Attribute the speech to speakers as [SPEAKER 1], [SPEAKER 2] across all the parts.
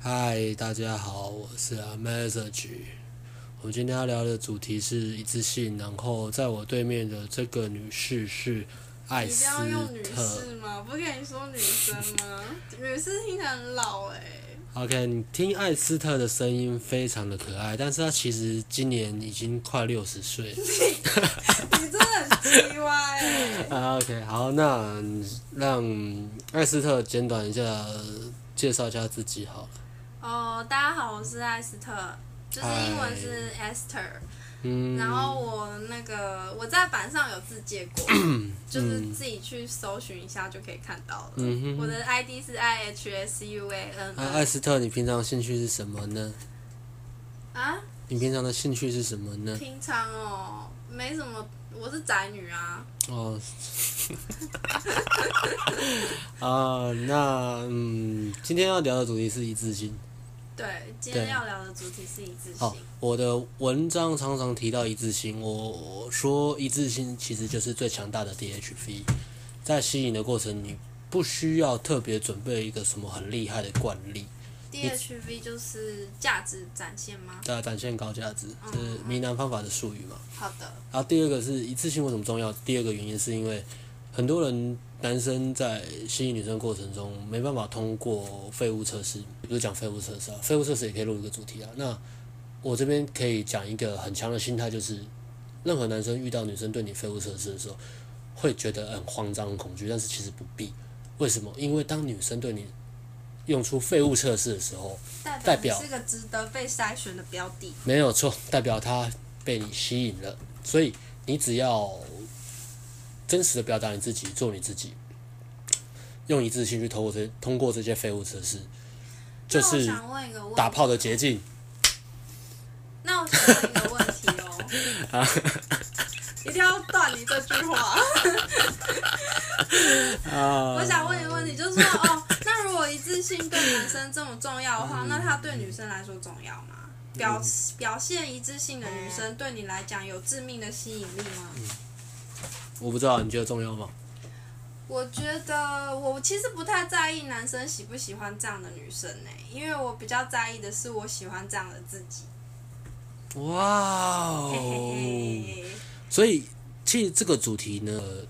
[SPEAKER 1] 嗨，大家好，我是 a Message。我们今天要聊的主题是一致性，然后在我对面的这个女士是艾
[SPEAKER 2] 一
[SPEAKER 1] 斯
[SPEAKER 2] 定要用女
[SPEAKER 1] 特。
[SPEAKER 2] 士吗？不是跟你说女生吗？女士听起来很老哎、
[SPEAKER 1] OK，你听艾斯特的声音非常的可爱，但是她其实今年已经快六十 岁了。
[SPEAKER 2] 你真的很奇怪哎、
[SPEAKER 1] 啊 OK，好，那让艾斯特简短一下介绍一下自己好了。
[SPEAKER 2] 哦，大家好，我是艾斯特，就是英文是 Esther。
[SPEAKER 1] 嗯，
[SPEAKER 2] 然后我那个我在版上有自介 过，就是自己去搜寻一下就可以看到了。
[SPEAKER 1] 嗯哼
[SPEAKER 2] 我的 ID 是 I H S U A N
[SPEAKER 1] 啊，艾
[SPEAKER 2] N
[SPEAKER 1] 斯特，你平常兴趣是什么呢？
[SPEAKER 2] 啊，
[SPEAKER 1] 你平常的兴趣是什么呢？
[SPEAKER 2] 平常哦没什么，我是宅女啊。
[SPEAKER 1] 哦， 啊、那嗯，今天要聊的主题是一致性。
[SPEAKER 2] 对，今天
[SPEAKER 1] 对哦
[SPEAKER 2] 要聊的主题是一致
[SPEAKER 1] 好
[SPEAKER 2] 性。，
[SPEAKER 1] 我的文章常常提到一致性，我我说一致性其实就是最强大的 DHV，在吸引的过程，你不需要特别准备一个什么很厉害的惯例，
[SPEAKER 2] DHV 就是价值展现吗？
[SPEAKER 1] 大家展现高价值，这是闽南方法的术语嘛。
[SPEAKER 2] 好的，
[SPEAKER 1] 然后第二个是一次性为什么重要？第二个原因是因为很多人男生在吸引女生过程中没办法通过废物测试，不是讲废物测试啊，废物测试也可以录一个主题啊。那我这边可以讲一个很强的心态，就是任何男生遇到女生对你废物测试的时候，会觉得很慌张、很恐惧，但是其实不必。为什么？因为当女生对你用出废物测试的时候，
[SPEAKER 2] 代
[SPEAKER 1] 代
[SPEAKER 2] 表
[SPEAKER 1] 表
[SPEAKER 2] 你是个值得被筛选的标的。
[SPEAKER 1] 没有错，代表他被你吸引了，所以你只要真实的表达你自己，做你自己，用一致性去通过这通过这些废物测试，就
[SPEAKER 2] 那我
[SPEAKER 1] 是
[SPEAKER 2] 想问一个问题，
[SPEAKER 1] 打炮的捷径。
[SPEAKER 2] 那我想问一个问题哦， 一定要断你这句话。
[SPEAKER 1] 嗯
[SPEAKER 2] 我想问一个问题，就是说 哦，那如果一致性对男生这么重要的
[SPEAKER 1] 嗯
[SPEAKER 2] 话，那它对女生来说重要吗？表表现一致性的女生对你来讲有致命的吸引力吗？
[SPEAKER 1] 我不知道你觉得重要吗？
[SPEAKER 2] 我觉得我其实不太在意男生喜不喜欢这样的女生呢、因为我比较在意的是我喜欢这样的自己。
[SPEAKER 1] 哇哦
[SPEAKER 2] 嘿嘿嘿，
[SPEAKER 1] 所以其实这个主题呢，呃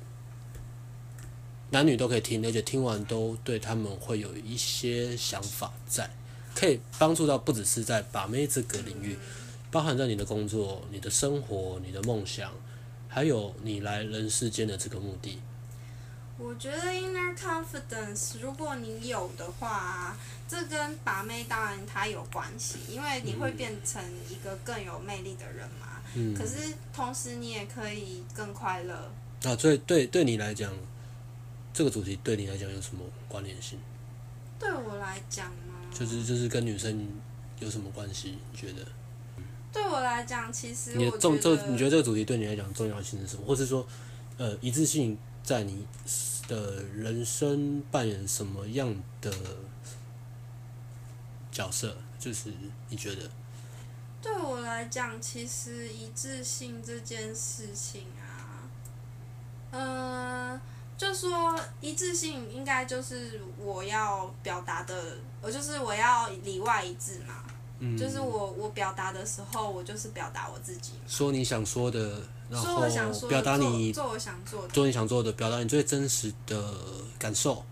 [SPEAKER 1] 男女都可以听，而且听完都对他们会有一些想法在，可以帮助到不只是在把妹这个领域，包含在你的工作、你的生活、你的梦想，还有你来人世间的这个目的。
[SPEAKER 2] 我觉得 inner confidence，如果你有的话，这跟把妹当然它有关系，因为你会变成一个更有魅力的人嘛。
[SPEAKER 1] 嗯
[SPEAKER 2] 可是同时你也可以更快乐。
[SPEAKER 1] 啊，所以对对你来讲，这个主题对你来讲有什么关联性？
[SPEAKER 2] 对我来讲嘛，
[SPEAKER 1] 就是就是跟女生有什么关系？你觉得？
[SPEAKER 2] 对我来讲，其实
[SPEAKER 1] 你的
[SPEAKER 2] 我
[SPEAKER 1] 重
[SPEAKER 2] 觉
[SPEAKER 1] 这
[SPEAKER 2] 得，
[SPEAKER 1] 你觉得这个主题对你来讲重要性是什么？或是说，呃，一致性在你的人生扮演什么样的角色？就是你觉得
[SPEAKER 2] 对我来讲，其实一致性这件事情啊，嗯、就说一致性应该就是我要表达的，我就是我要里外一致嘛，
[SPEAKER 1] 嗯
[SPEAKER 2] 就是我我表达的时候，我就是表达我自己，
[SPEAKER 1] 说你想说的，然
[SPEAKER 2] 说
[SPEAKER 1] 后
[SPEAKER 2] 我想说的，
[SPEAKER 1] 表达你
[SPEAKER 2] 做做我想做的。
[SPEAKER 1] 做你想做的，表达你最真实的感受。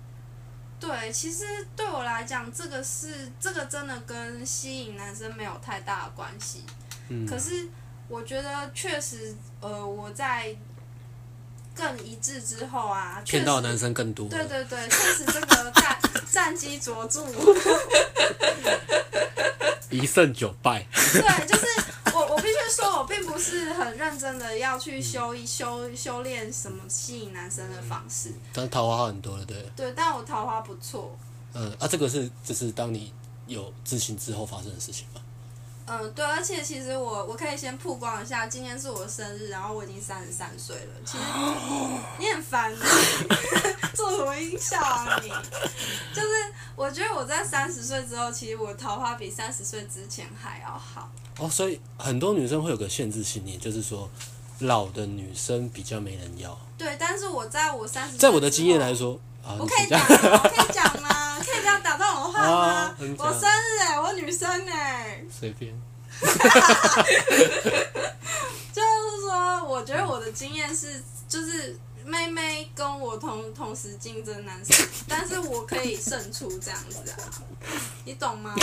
[SPEAKER 2] 对，其实对我来讲，这个是这个真的跟吸引男生没有太大的关系。
[SPEAKER 1] 嗯
[SPEAKER 2] 可是我觉得确实，呃，我在更一致之后啊，确
[SPEAKER 1] 骗
[SPEAKER 2] 实
[SPEAKER 1] 到男生更多了。
[SPEAKER 2] 对对对，确实这个战战机卓著。
[SPEAKER 1] 一胜九败。
[SPEAKER 2] 对，就是我我必须说，我并不是很认真的要
[SPEAKER 1] 嗯
[SPEAKER 2] 去修一修修炼什么吸引男生的方式。
[SPEAKER 1] 但是桃花号很多了，对。
[SPEAKER 2] 对，但我桃花不错。
[SPEAKER 1] 嗯啊，这个是就是当你有自信之后发生的事情吧。
[SPEAKER 2] 嗯，对，而且其实我我可以先曝光一下，今天是我生日，然后我已经三十三岁了。其实你很烦欸， 做什么音效啊你？就是我觉得我在三十岁之后，其实我桃花比三十岁之前还要好。
[SPEAKER 1] 哦，所以很多女生会有个限制信念，就是说老的女生比较没人要。
[SPEAKER 2] 对，但是我在我三十，
[SPEAKER 1] 在我的经验来，说，啊，
[SPEAKER 2] 我
[SPEAKER 1] 你
[SPEAKER 2] 可以
[SPEAKER 1] 请
[SPEAKER 2] 讲
[SPEAKER 1] 假
[SPEAKER 2] 吗？我可以讲吗？可以以这样打断 我话
[SPEAKER 1] 啊
[SPEAKER 2] 吗？
[SPEAKER 1] 很假
[SPEAKER 2] 我生日哎、我女生哎、
[SPEAKER 1] 随便。
[SPEAKER 2] 就是说，我觉得我的经验是，就是妹妹跟我同同时竞争男生，但是我可以胜出这样子啊，你懂吗？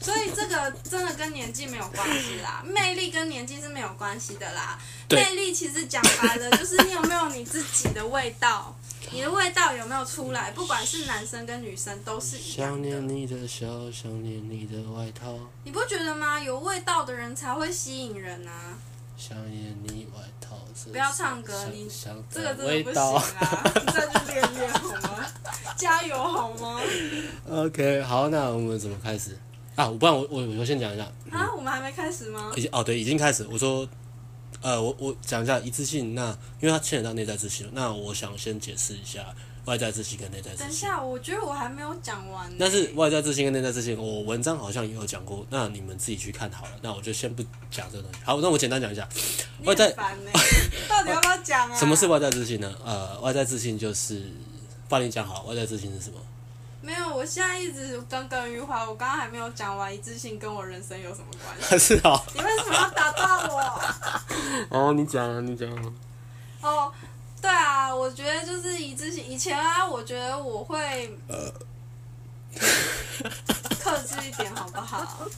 [SPEAKER 2] 所以这个真的跟年纪没有关系啦，魅力跟年纪是没有关系的啦。
[SPEAKER 1] 对
[SPEAKER 2] 魅力其实讲白了就是你有没有你自己的味道，你的味道有没有出来，不管是男生跟女生都是一
[SPEAKER 1] 想
[SPEAKER 2] 样的
[SPEAKER 1] 念。你的笑，想念你的外套，
[SPEAKER 2] 你不觉得吗？有味道的人才会吸引人啊。
[SPEAKER 1] 想念你外套。
[SPEAKER 2] 不要唱歌
[SPEAKER 1] 想
[SPEAKER 2] 你
[SPEAKER 1] 想
[SPEAKER 2] 这个
[SPEAKER 1] 的
[SPEAKER 2] 真
[SPEAKER 1] 味
[SPEAKER 2] 的不行
[SPEAKER 1] 道。
[SPEAKER 2] 啊！你 再去练练好吗？ 加油好吗？
[SPEAKER 1] OK，好，那我们怎么开始啊？不然我我我先讲一下，
[SPEAKER 2] 啊，我们还没开始吗？
[SPEAKER 1] 已经哦对，已经开始。我说，呃，我我讲一下一致性，那因为它牵扯到内在自信了，那我想先解释一下外在自信跟内在
[SPEAKER 2] 等
[SPEAKER 1] 自
[SPEAKER 2] 一
[SPEAKER 1] 信。
[SPEAKER 2] 下，我觉得我还没有讲完呢。
[SPEAKER 1] 但是外在自信跟内在自信，我文章好像也有讲过，那你们自己去看好了。那我就先不讲这个东西。好，那我简单讲一下，
[SPEAKER 2] 你
[SPEAKER 1] 外在
[SPEAKER 2] 很烦呢，到底要不要讲 啊？
[SPEAKER 1] 什么是？外在自信呢？呃，外在自信就是，把你讲好，外在自信是什么？
[SPEAKER 2] 没有，我现在一直耿耿于怀，我刚刚还没有讲完一致性跟我人生有什么关系？
[SPEAKER 1] 是哦，
[SPEAKER 2] 你为什么要打断我？
[SPEAKER 1] 哦，你讲啊，你讲啊。
[SPEAKER 2] 哦，对啊，我觉得就是一致性。以前啊，我觉得我会克制一点，好不好？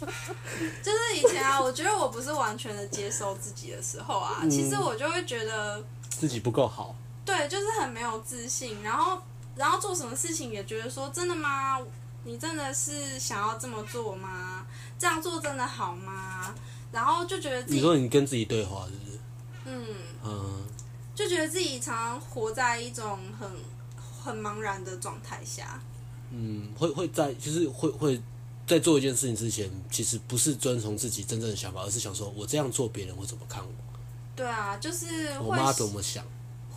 [SPEAKER 2] 就是以前啊，我觉得我不是完全的接受自己的时候啊，
[SPEAKER 1] 嗯
[SPEAKER 2] 其实我就会觉得，
[SPEAKER 1] 自己不够好，
[SPEAKER 2] 对，就是很没有自信，然后然后做什么事情也觉得说，真的吗？你真的是想要这么做吗？这样做真的好吗？然后就觉得自
[SPEAKER 1] 你
[SPEAKER 2] 己，
[SPEAKER 1] 说你跟自己对话是不是？
[SPEAKER 2] 嗯，
[SPEAKER 1] 嗯，
[SPEAKER 2] 就觉得自己常常活在一种很很茫然的状态下。
[SPEAKER 1] 嗯，会会在就是会会在做一件事情之前，其实不是遵从自己真正的想法，而是想说我这样做别人会怎么看我，
[SPEAKER 2] 对啊，就是
[SPEAKER 1] 我
[SPEAKER 2] 会
[SPEAKER 1] 妈怎么想，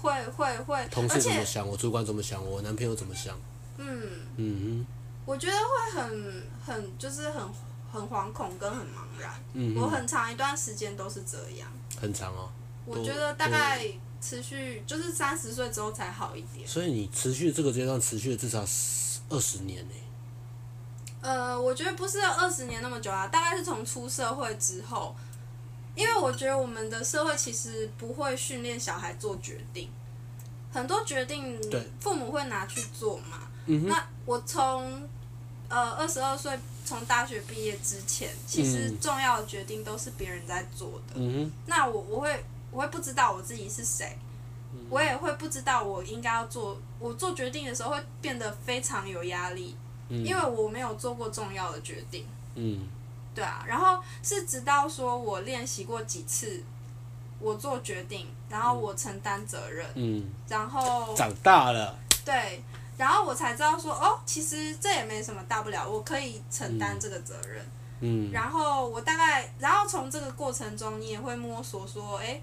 [SPEAKER 2] 会会会，
[SPEAKER 1] 同
[SPEAKER 2] 而
[SPEAKER 1] 事怎么
[SPEAKER 2] 且
[SPEAKER 1] 想，我主管怎么想，我男朋友怎么想，
[SPEAKER 2] 嗯，
[SPEAKER 1] 嗯
[SPEAKER 2] 我觉得会很很就是很很惶恐跟很茫然。
[SPEAKER 1] 哼嗯
[SPEAKER 2] 我
[SPEAKER 1] 哼，
[SPEAKER 2] 很长一段时间都是这样，
[SPEAKER 1] 很长哦。
[SPEAKER 2] 我
[SPEAKER 1] 我
[SPEAKER 2] 觉得大概持续就是三十岁之后才好一点。
[SPEAKER 1] 所以你持续这个阶段持续了至少二十年呢、
[SPEAKER 2] 呃，我觉得不是二十年那么久啊，大概是从出社会之后，因为我觉得我们的社会其实不会训练小孩做决定，很多决定
[SPEAKER 1] 对
[SPEAKER 2] 父母会拿去做嘛。
[SPEAKER 1] 嗯哼
[SPEAKER 2] 那我从呃二十二岁从大学毕业之前，其实
[SPEAKER 1] 嗯
[SPEAKER 2] 重要的决定都是别人在做的。
[SPEAKER 1] 嗯
[SPEAKER 2] 那我我会我会不知道我自己是谁，我也会不知道我应该要做，我做决定的时候会变得非常有压力，
[SPEAKER 1] 嗯
[SPEAKER 2] 因为我没有做过重要的决定，
[SPEAKER 1] 哼，嗯
[SPEAKER 2] 对啊，然后是直到说我练习过几次，我做决定，然后我承担责任，
[SPEAKER 1] 嗯，
[SPEAKER 2] 然后
[SPEAKER 1] 长大了，
[SPEAKER 2] 对。然后我才知道说，哦，其实这也没什么大不了，我可以承担这个责任。
[SPEAKER 1] 嗯
[SPEAKER 2] 然后我大概，然后从这个过程中，你也会摸索说，哎，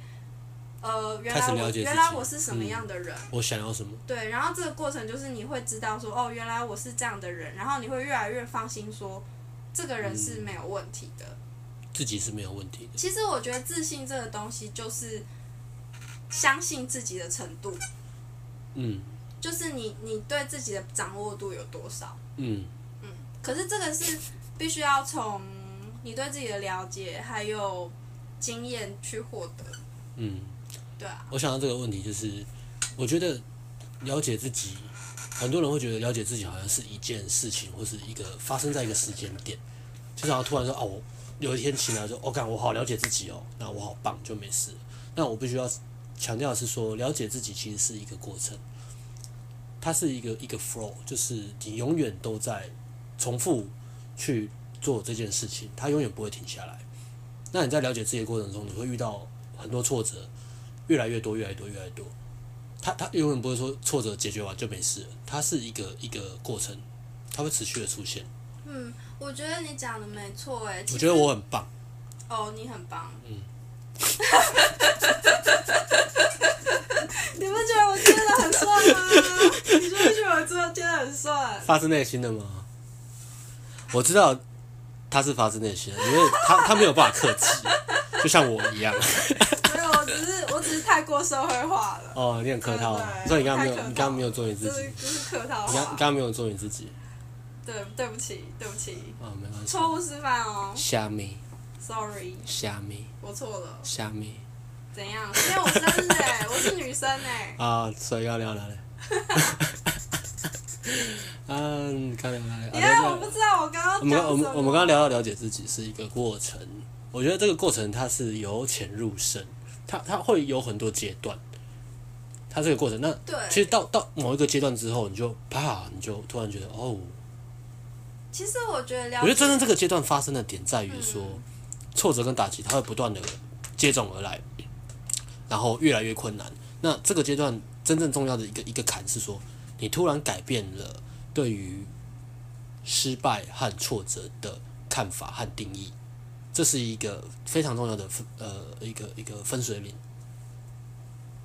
[SPEAKER 2] 呃，原
[SPEAKER 1] 开
[SPEAKER 2] 来
[SPEAKER 1] 始了解
[SPEAKER 2] 我
[SPEAKER 1] 自己嗯
[SPEAKER 2] 原来我是什么样的人，
[SPEAKER 1] 我想要什么？
[SPEAKER 2] 对。然后这个过程就是你会知道说，哦，原来我是这样的人，然后你会越来越放心说，这个人是没有问题的。
[SPEAKER 1] 嗯自己是没有问题的。
[SPEAKER 2] 其实我觉得自信这个东西就是相信自己的程度，
[SPEAKER 1] 嗯
[SPEAKER 2] 就是你你对自己的掌握度有多少。
[SPEAKER 1] 嗯
[SPEAKER 2] 可是这个是必须要从你对自己的了解还有经验去获得，
[SPEAKER 1] 嗯。
[SPEAKER 2] 对啊，
[SPEAKER 1] 我想到这个问题就是，我觉得了解自己，很多人会觉得了解自己好像是一件事情，或是一个发生在一个时间点，就是好像突然说啊，我有一天醒来说，我、哦、感我好了解自己哦，那我好棒，就没事了。那我必须要强调的是说，了解自己其实是一个过程，它是一个一个 flow，就是你永远都在重复去做这件事情，它永远不会停下来。那你在了解自己的过程中，你会遇到很多挫折，越来越多，越来越多，越来越多。它它永远不会说挫折解决完就没事了，它是一个一个过程，它会持续的出现。
[SPEAKER 2] 嗯，我觉得你讲的没错哎，其
[SPEAKER 1] 我觉
[SPEAKER 2] 实
[SPEAKER 1] 得我很棒，
[SPEAKER 2] 哦，你很棒，嗯， 你不觉得我接的很帅吗？你觉不觉得我做接的很帅？
[SPEAKER 1] 发自内心的吗？我知道他是发自内心的，因为他 他没有办法克制，就像我一样。
[SPEAKER 2] 没有，我只是我只是太过社会化了，
[SPEAKER 1] 哦，你很客套啊，所以你刚刚没有，你刚刚没有做你自
[SPEAKER 2] 这
[SPEAKER 1] 己
[SPEAKER 2] 是，这是客套
[SPEAKER 1] 你刚你
[SPEAKER 2] 话
[SPEAKER 1] 刚。刚没有做你自己。
[SPEAKER 2] 对，对不起，对不起，
[SPEAKER 1] 啊，没关系。
[SPEAKER 2] 错误示范哦
[SPEAKER 1] 虾米，
[SPEAKER 2] ，sorry，
[SPEAKER 1] 虾米，
[SPEAKER 2] 我错了。
[SPEAKER 1] 虾米
[SPEAKER 2] 怎样？今天我生日哎、我是女生哎、
[SPEAKER 1] 啊，所以要聊哪里？ 嗯，刚聊哪里？啊聊
[SPEAKER 2] 欸，呀，
[SPEAKER 1] 这
[SPEAKER 2] 我不知道我刚刚
[SPEAKER 1] 我们刚我
[SPEAKER 2] 讲什
[SPEAKER 1] 们
[SPEAKER 2] 么。
[SPEAKER 1] 我们刚刚聊到了解自己是一个过程，我觉得这个过程它是由浅入深，它它会有很多阶段，它这个过程，那
[SPEAKER 2] 对，
[SPEAKER 1] 其实到到某一个阶段之后，你就啪，你就突然觉得哦，
[SPEAKER 2] 其实我觉得聊，
[SPEAKER 1] 我觉得真正这个阶段发生的点在于说，挫折跟打击它会不断的接踵而来，然后越来越困难。那这个阶段真正重要的一个一个坎是说，你突然改变了对于失败和挫折的看法和定义，这是一个非常重要的分呃一个一个分水岭。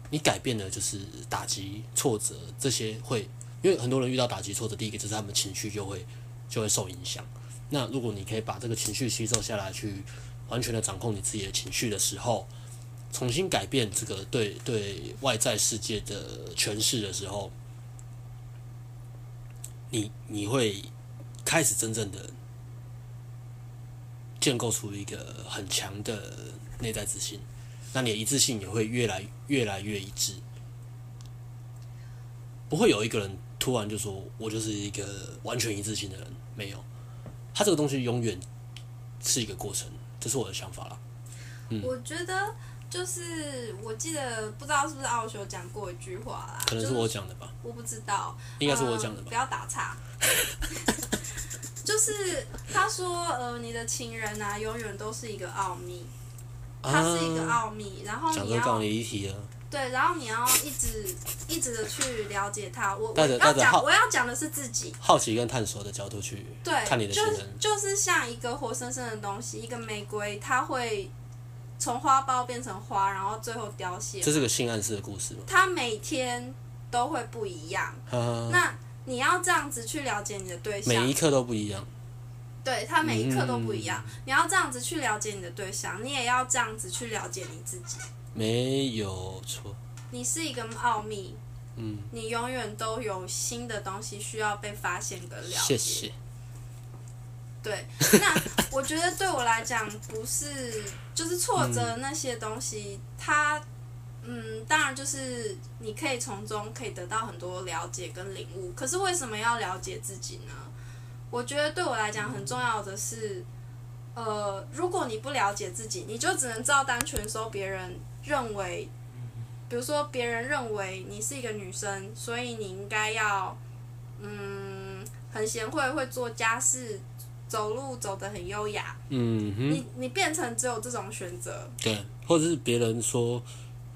[SPEAKER 1] 你改变了就是打击、挫折这些会，因为很多人遇到打击、挫折，第一个就是他们情绪就会就会受影响。那如果你可以把这个情绪吸收下来，去完全的掌控你自己的情绪的时候，重新改变这个对对外在世界的诠释的时候，你你会开始真正的建构出一个很强的内在自信，那你的一致性也会越来越来越一致，不会有一个人突然就说我就是一个完全一致性的人，没有，他这个东西永远是一个过程，这是我的想法啦。嗯
[SPEAKER 2] 我觉得就是我记得不知道是不是奥修讲过一句话啦，
[SPEAKER 1] 可能
[SPEAKER 2] 就是
[SPEAKER 1] 我讲的吧，
[SPEAKER 2] 我不知道，
[SPEAKER 1] 应该是我讲的
[SPEAKER 2] 嗯
[SPEAKER 1] 吧
[SPEAKER 2] 不。要打岔。 就是他说，呃，你的情人啊，永远都是一个奥秘，呃它是一个
[SPEAKER 1] 啊，
[SPEAKER 2] 奥秘，然后
[SPEAKER 1] 讲
[SPEAKER 2] 你
[SPEAKER 1] 这个杠
[SPEAKER 2] 要
[SPEAKER 1] 你离题啊了。
[SPEAKER 2] 对，然后你要一直一直的去了解他。我我
[SPEAKER 1] 带着
[SPEAKER 2] 要
[SPEAKER 1] 带着好
[SPEAKER 2] 讲我要讲的是自己，
[SPEAKER 1] 好奇跟探索的角度去
[SPEAKER 2] 对，
[SPEAKER 1] 看你的情
[SPEAKER 2] 就是
[SPEAKER 1] 人，
[SPEAKER 2] 就是像一个活生生的东西，一个玫瑰，它会从花苞变成花，然后最后凋谢。
[SPEAKER 1] 这是个性暗示的故事嘛？
[SPEAKER 2] 它每天都会不一样。
[SPEAKER 1] 哈哈哈，
[SPEAKER 2] 那你要这样子去了解你的对
[SPEAKER 1] 嗯
[SPEAKER 2] 象，
[SPEAKER 1] 每一嗯刻都不一样。
[SPEAKER 2] 对他每一刻都不一样。你要这样子去了解你的对象，你也要这样子去了解你自己。
[SPEAKER 1] 没有错，
[SPEAKER 2] 你是一个奥秘，
[SPEAKER 1] 嗯，
[SPEAKER 2] 你永远都有新的东西需要被发现跟了解。
[SPEAKER 1] 谢谢。
[SPEAKER 2] 对，那我觉得对我来讲，不是就是挫折那些东西，它嗯，当然就是你可以从中可以得到很多了解跟领悟。可是为什么要了解自己呢？我觉得对我来讲很重要的是，呃，如果你不了解自己，你就只能照单全收别人认为，比如说别人认为你是一个女生，所以你应该要嗯很贤惠，会做家事，走路走得很优雅。
[SPEAKER 1] 嗯哼，
[SPEAKER 2] 你你变成只有这种选择，
[SPEAKER 1] 对，或者是别人说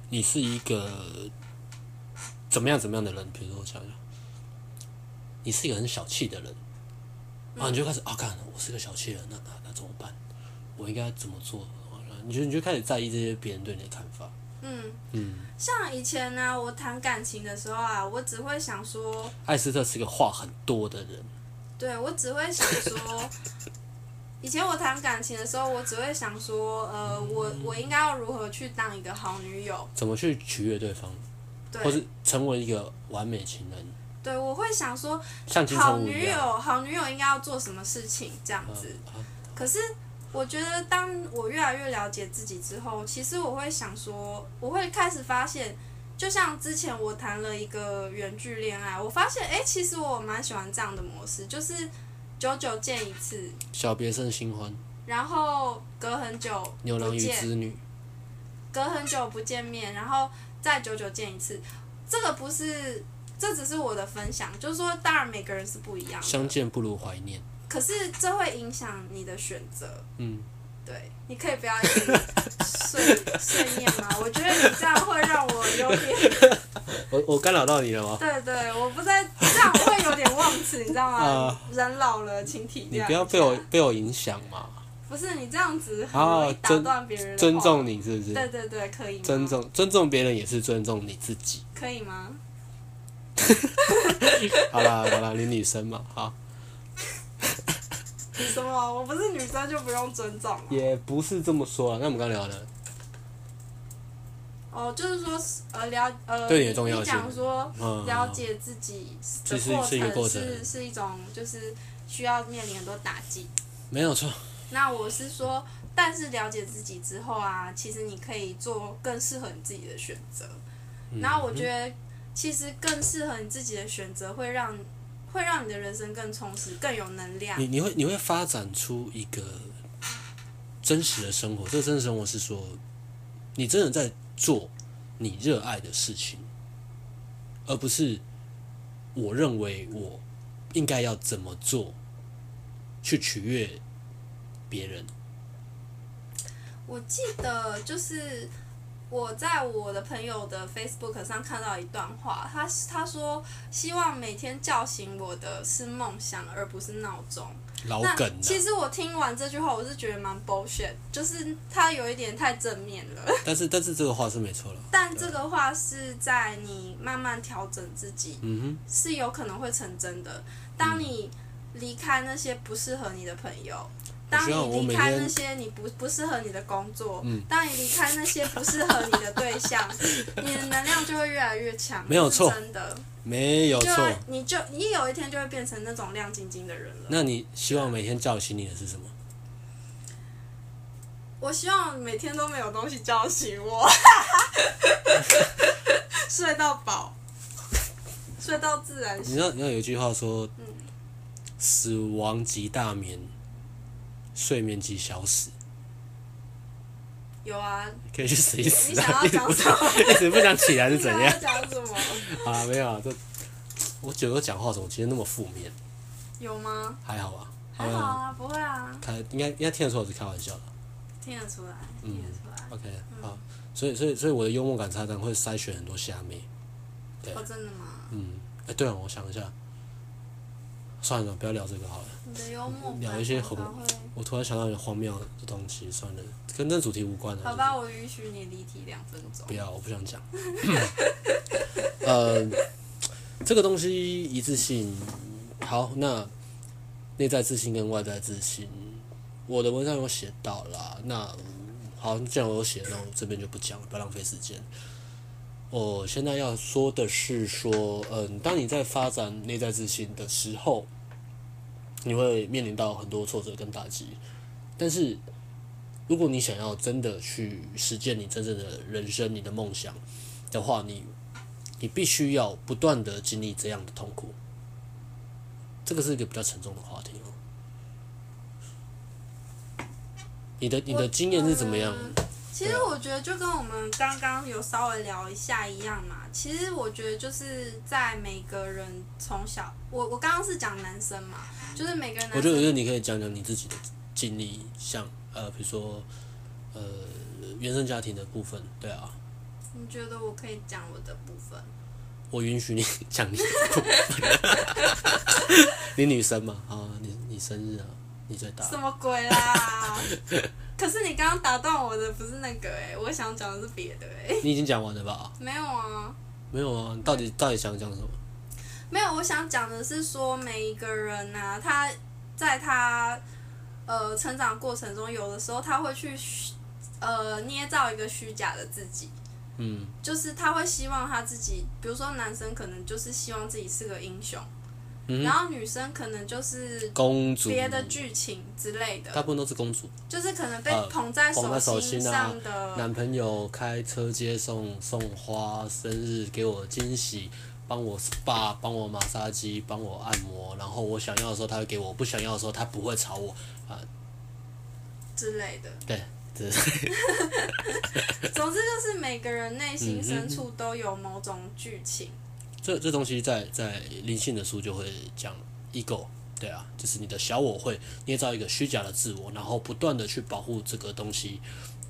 [SPEAKER 1] 你是一个怎么样怎么样的人，比如说我想想，你是一个很小气的人，啊，你就开始啊，看我是个小气人，那那那怎么办？我应该怎么做？你就你就开始在意这些别人对你的看法，
[SPEAKER 2] 嗯，
[SPEAKER 1] 嗯。
[SPEAKER 2] 像以前呢、我谈感情的时候啊，我只会想说，
[SPEAKER 1] 艾斯特是个话很多的人，
[SPEAKER 2] 对我只会想说， 以前我谈感情的时候，我只会想说，呃，我我应该要如何去当一个好女友？
[SPEAKER 1] 怎么去取悦对方，或
[SPEAKER 2] 对
[SPEAKER 1] 是成为一个完美情人，
[SPEAKER 2] 对，我会想说，
[SPEAKER 1] 像金
[SPEAKER 2] 好
[SPEAKER 1] 城武一
[SPEAKER 2] 女友
[SPEAKER 1] 样。，
[SPEAKER 2] 好女友应该要做什么事情这样子。
[SPEAKER 1] 啊
[SPEAKER 2] 可是我觉得，当我越来越了解自己之后，其实我会想说，我会开始发现，就像之前我谈了一个远距恋爱，我发现，哎、其实我蛮喜欢这样的模式，就是久久见一次，
[SPEAKER 1] 小别胜新欢，
[SPEAKER 2] 然后隔很久
[SPEAKER 1] 牛郎
[SPEAKER 2] 不
[SPEAKER 1] 与
[SPEAKER 2] 见，
[SPEAKER 1] 织女，
[SPEAKER 2] 隔很久不见面，然后再久久见一次。这个不是，这只是我的分享，就是说，当然每个人是不一样的，
[SPEAKER 1] 相见不如怀念。
[SPEAKER 2] 可是这会影响你的选择。
[SPEAKER 1] 嗯，
[SPEAKER 2] 对，你可以不要一直碎碎念吗？我觉得你这样会让我有点……
[SPEAKER 1] 我我干扰到你了吗？
[SPEAKER 2] 对对，我不在这样我会有点忘词，你知道吗？
[SPEAKER 1] 啊
[SPEAKER 2] 人老了，请体谅。
[SPEAKER 1] 你不要被
[SPEAKER 2] 啊
[SPEAKER 1] 我。被我影响嘛，
[SPEAKER 2] 不是你这样子很
[SPEAKER 1] 啊
[SPEAKER 2] 容易打
[SPEAKER 1] 尊
[SPEAKER 2] 断别人的
[SPEAKER 1] 尊
[SPEAKER 2] 话。
[SPEAKER 1] 重你是不是？
[SPEAKER 2] 对对对，可以吗？
[SPEAKER 1] 尊重尊重别人也是尊重你自己。
[SPEAKER 2] 可以吗？
[SPEAKER 1] 好啦好啦，你女生嘛，好，
[SPEAKER 2] 什么？我不是女生就不用尊重了？
[SPEAKER 1] 也不是这么说啊。那我们刚聊的，
[SPEAKER 2] 哦，就是说，呃，了呃，
[SPEAKER 1] 对你的重要性
[SPEAKER 2] 你讲说
[SPEAKER 1] 嗯，
[SPEAKER 2] 了解自己
[SPEAKER 1] 其
[SPEAKER 2] 的
[SPEAKER 1] 实是一个过程
[SPEAKER 2] 是是一种就是需要面临很多打击。
[SPEAKER 1] 没有错，
[SPEAKER 2] 那我是说，但是了解自己之后啊，其实你可以做更适合你自己的选择。然
[SPEAKER 1] 嗯
[SPEAKER 2] 后我觉得，其实更适合你自己的选择会让会让你的人生更充实、更有能量。
[SPEAKER 1] 你你会你会发展出一个真实的生活，这个真实生活是说，你真的在做你热爱的事情，而不是我认为我应该要怎么做去取悦别人。
[SPEAKER 2] 我记得就是我在我的朋友的 Facebook 上看到一段话，他他说希望每天叫醒我的是梦想，而不是闹钟。
[SPEAKER 1] 老
[SPEAKER 2] 那
[SPEAKER 1] 梗啊了、
[SPEAKER 2] 其实我听完这句话，我是觉得蛮 bullshit，就是他有一点太正面了。
[SPEAKER 1] 但是但是这个话是没错了。
[SPEAKER 2] 但这个话是在你慢慢调整自己，
[SPEAKER 1] 嗯
[SPEAKER 2] 是有可能会成真的。当你离开那些不适合你的朋友，当
[SPEAKER 1] 希望我
[SPEAKER 2] 你
[SPEAKER 1] 每
[SPEAKER 2] 离开
[SPEAKER 1] 天嗯
[SPEAKER 2] 那些你不不适合你的工作，当你离开那些不适合你的 对象，你的能量就会越来越强，
[SPEAKER 1] 没有
[SPEAKER 2] 是
[SPEAKER 1] 错
[SPEAKER 2] 真的，
[SPEAKER 1] 哼，没有
[SPEAKER 2] 就
[SPEAKER 1] 错。
[SPEAKER 2] 会你就你有一天就会变成那种亮晶晶的人了。
[SPEAKER 1] 那你希望每天叫醒你的是什么？
[SPEAKER 2] 我希望每天都没有东西叫 醒我，睡到饱，睡到自然
[SPEAKER 1] 你
[SPEAKER 2] 醒
[SPEAKER 1] 知。道，你知道有一句话说，
[SPEAKER 2] 嗯
[SPEAKER 1] 死亡即大眠，睡眠即小死，
[SPEAKER 2] 有啊，
[SPEAKER 1] 可以去死一死
[SPEAKER 2] 你
[SPEAKER 1] 啊。
[SPEAKER 2] 想要讲什么？
[SPEAKER 1] 一直不想起来是怎
[SPEAKER 2] 你
[SPEAKER 1] 样
[SPEAKER 2] 想要讲什么？
[SPEAKER 1] 啊？没有啊，这我觉得我讲话怎么今天那么负面？
[SPEAKER 2] 有吗？
[SPEAKER 1] 还好吧，
[SPEAKER 2] 还好
[SPEAKER 1] 吧，
[SPEAKER 2] 啊，不会啊，
[SPEAKER 1] 他应该应该听得出来我是开玩笑的。
[SPEAKER 2] 听得出来，
[SPEAKER 1] 嗯
[SPEAKER 2] 听得出来。
[SPEAKER 1] OK，好，所以所以所以我的幽默感差单会筛选很多虾妹。对
[SPEAKER 2] 哦，真的吗？
[SPEAKER 1] 嗯，哎、对了，我想一下，算了，不要聊这个好了。
[SPEAKER 2] 你的幽默
[SPEAKER 1] 嗯聊一些
[SPEAKER 2] 感
[SPEAKER 1] 很嗯
[SPEAKER 2] 常常会。
[SPEAKER 1] 我突然想到一个荒谬的东西，算了，跟那主题无关了。啊
[SPEAKER 2] 好吧，我允许你离题两分钟
[SPEAKER 1] 不。要，我不想讲。呃，这个东西一致性，好，那内在自信跟外在自信，我的文章有写到啦。那嗯好，既然我有写，那我这边就不讲了，不要浪费时间。我现在要说的是说，嗯，当你在发展内在自信的时候，你会面临到很多挫折跟打击，但是如果你想要真的去实践你真正的人生、你的梦想的话，你你必须要不断的经历这样的痛苦。这个是一个比较沉重的话题哦。你的你的经验是怎么样？
[SPEAKER 2] 嗯其实我觉得就跟我们刚刚有稍微聊一下一样嘛。其实我觉得就是在每个人从小，我我刚刚是讲男生嘛，就是每个人
[SPEAKER 1] 我
[SPEAKER 2] 男
[SPEAKER 1] 觉得，我
[SPEAKER 2] 生
[SPEAKER 1] 觉得你可以讲讲你自己的经历，像呃，比如说呃，原生家庭的部分，对啊，
[SPEAKER 2] 你觉得我可以讲我的部分？
[SPEAKER 1] 我允许你讲你的部分。你女生嘛，啊，你你生日啊，你最大
[SPEAKER 2] 什，么鬼啦？ 可是你刚刚打断我的不是那个哎、我想讲的是别的哎、
[SPEAKER 1] 你已经讲完了吧？
[SPEAKER 2] 没有啊，
[SPEAKER 1] 没有啊，你到底到底想讲什么？
[SPEAKER 2] 没有。我想讲的是说，每一个人呐、他在他呃成长过程中，有的时候他会去虚呃捏造一个虚假的自己，
[SPEAKER 1] 嗯，
[SPEAKER 2] 就是他会希望他自己，比如说男生可能就是希望自己是个英雄，
[SPEAKER 1] 嗯
[SPEAKER 2] 然后女生可能就是
[SPEAKER 1] 公主，
[SPEAKER 2] 别的剧情之类
[SPEAKER 1] 大
[SPEAKER 2] 的，
[SPEAKER 1] 部分都是公主，
[SPEAKER 2] 就是可能被
[SPEAKER 1] 呃
[SPEAKER 2] 捧在
[SPEAKER 1] 捧在手
[SPEAKER 2] 心
[SPEAKER 1] 心啊
[SPEAKER 2] 上的。
[SPEAKER 1] 男朋友开车接送送花，生日给我惊喜，帮我 SPA，帮我马杀鸡，帮我按摩，然后我想要的时候他会给我，不想要的时候他不会吵我，
[SPEAKER 2] 之类的。
[SPEAKER 1] 对，这
[SPEAKER 2] 总之就是每个人内心深处都有某种剧情。
[SPEAKER 1] 这这东西在在灵性的书就会讲 ego，对啊，就是你的小我会捏造一个虚假的自我，然后不断的去保护这个东西，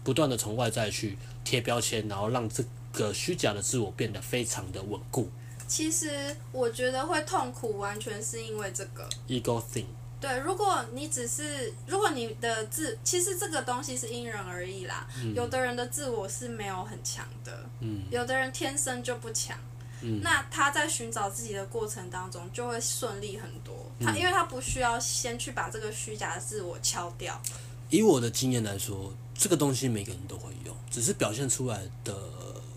[SPEAKER 1] 不断的从外在去贴标签，然后让这个虚假的自我变得非常的稳固
[SPEAKER 2] 其实我觉得会痛苦，完全是因为这个。
[SPEAKER 1] ego thing。
[SPEAKER 2] 对，如果你只是，如果你的自，其实这个东西是因人而异啦。有的人的自我是没有很强的，
[SPEAKER 1] 嗯
[SPEAKER 2] 有的人天生就不强。
[SPEAKER 1] 嗯
[SPEAKER 2] 那他在寻找自己的过程当中，就会顺利很多。
[SPEAKER 1] 嗯
[SPEAKER 2] 他因为他不需要先去把这个虚假的自我敲掉。
[SPEAKER 1] 以我的经验来说，这个东西每个人都会有，只是表现出来的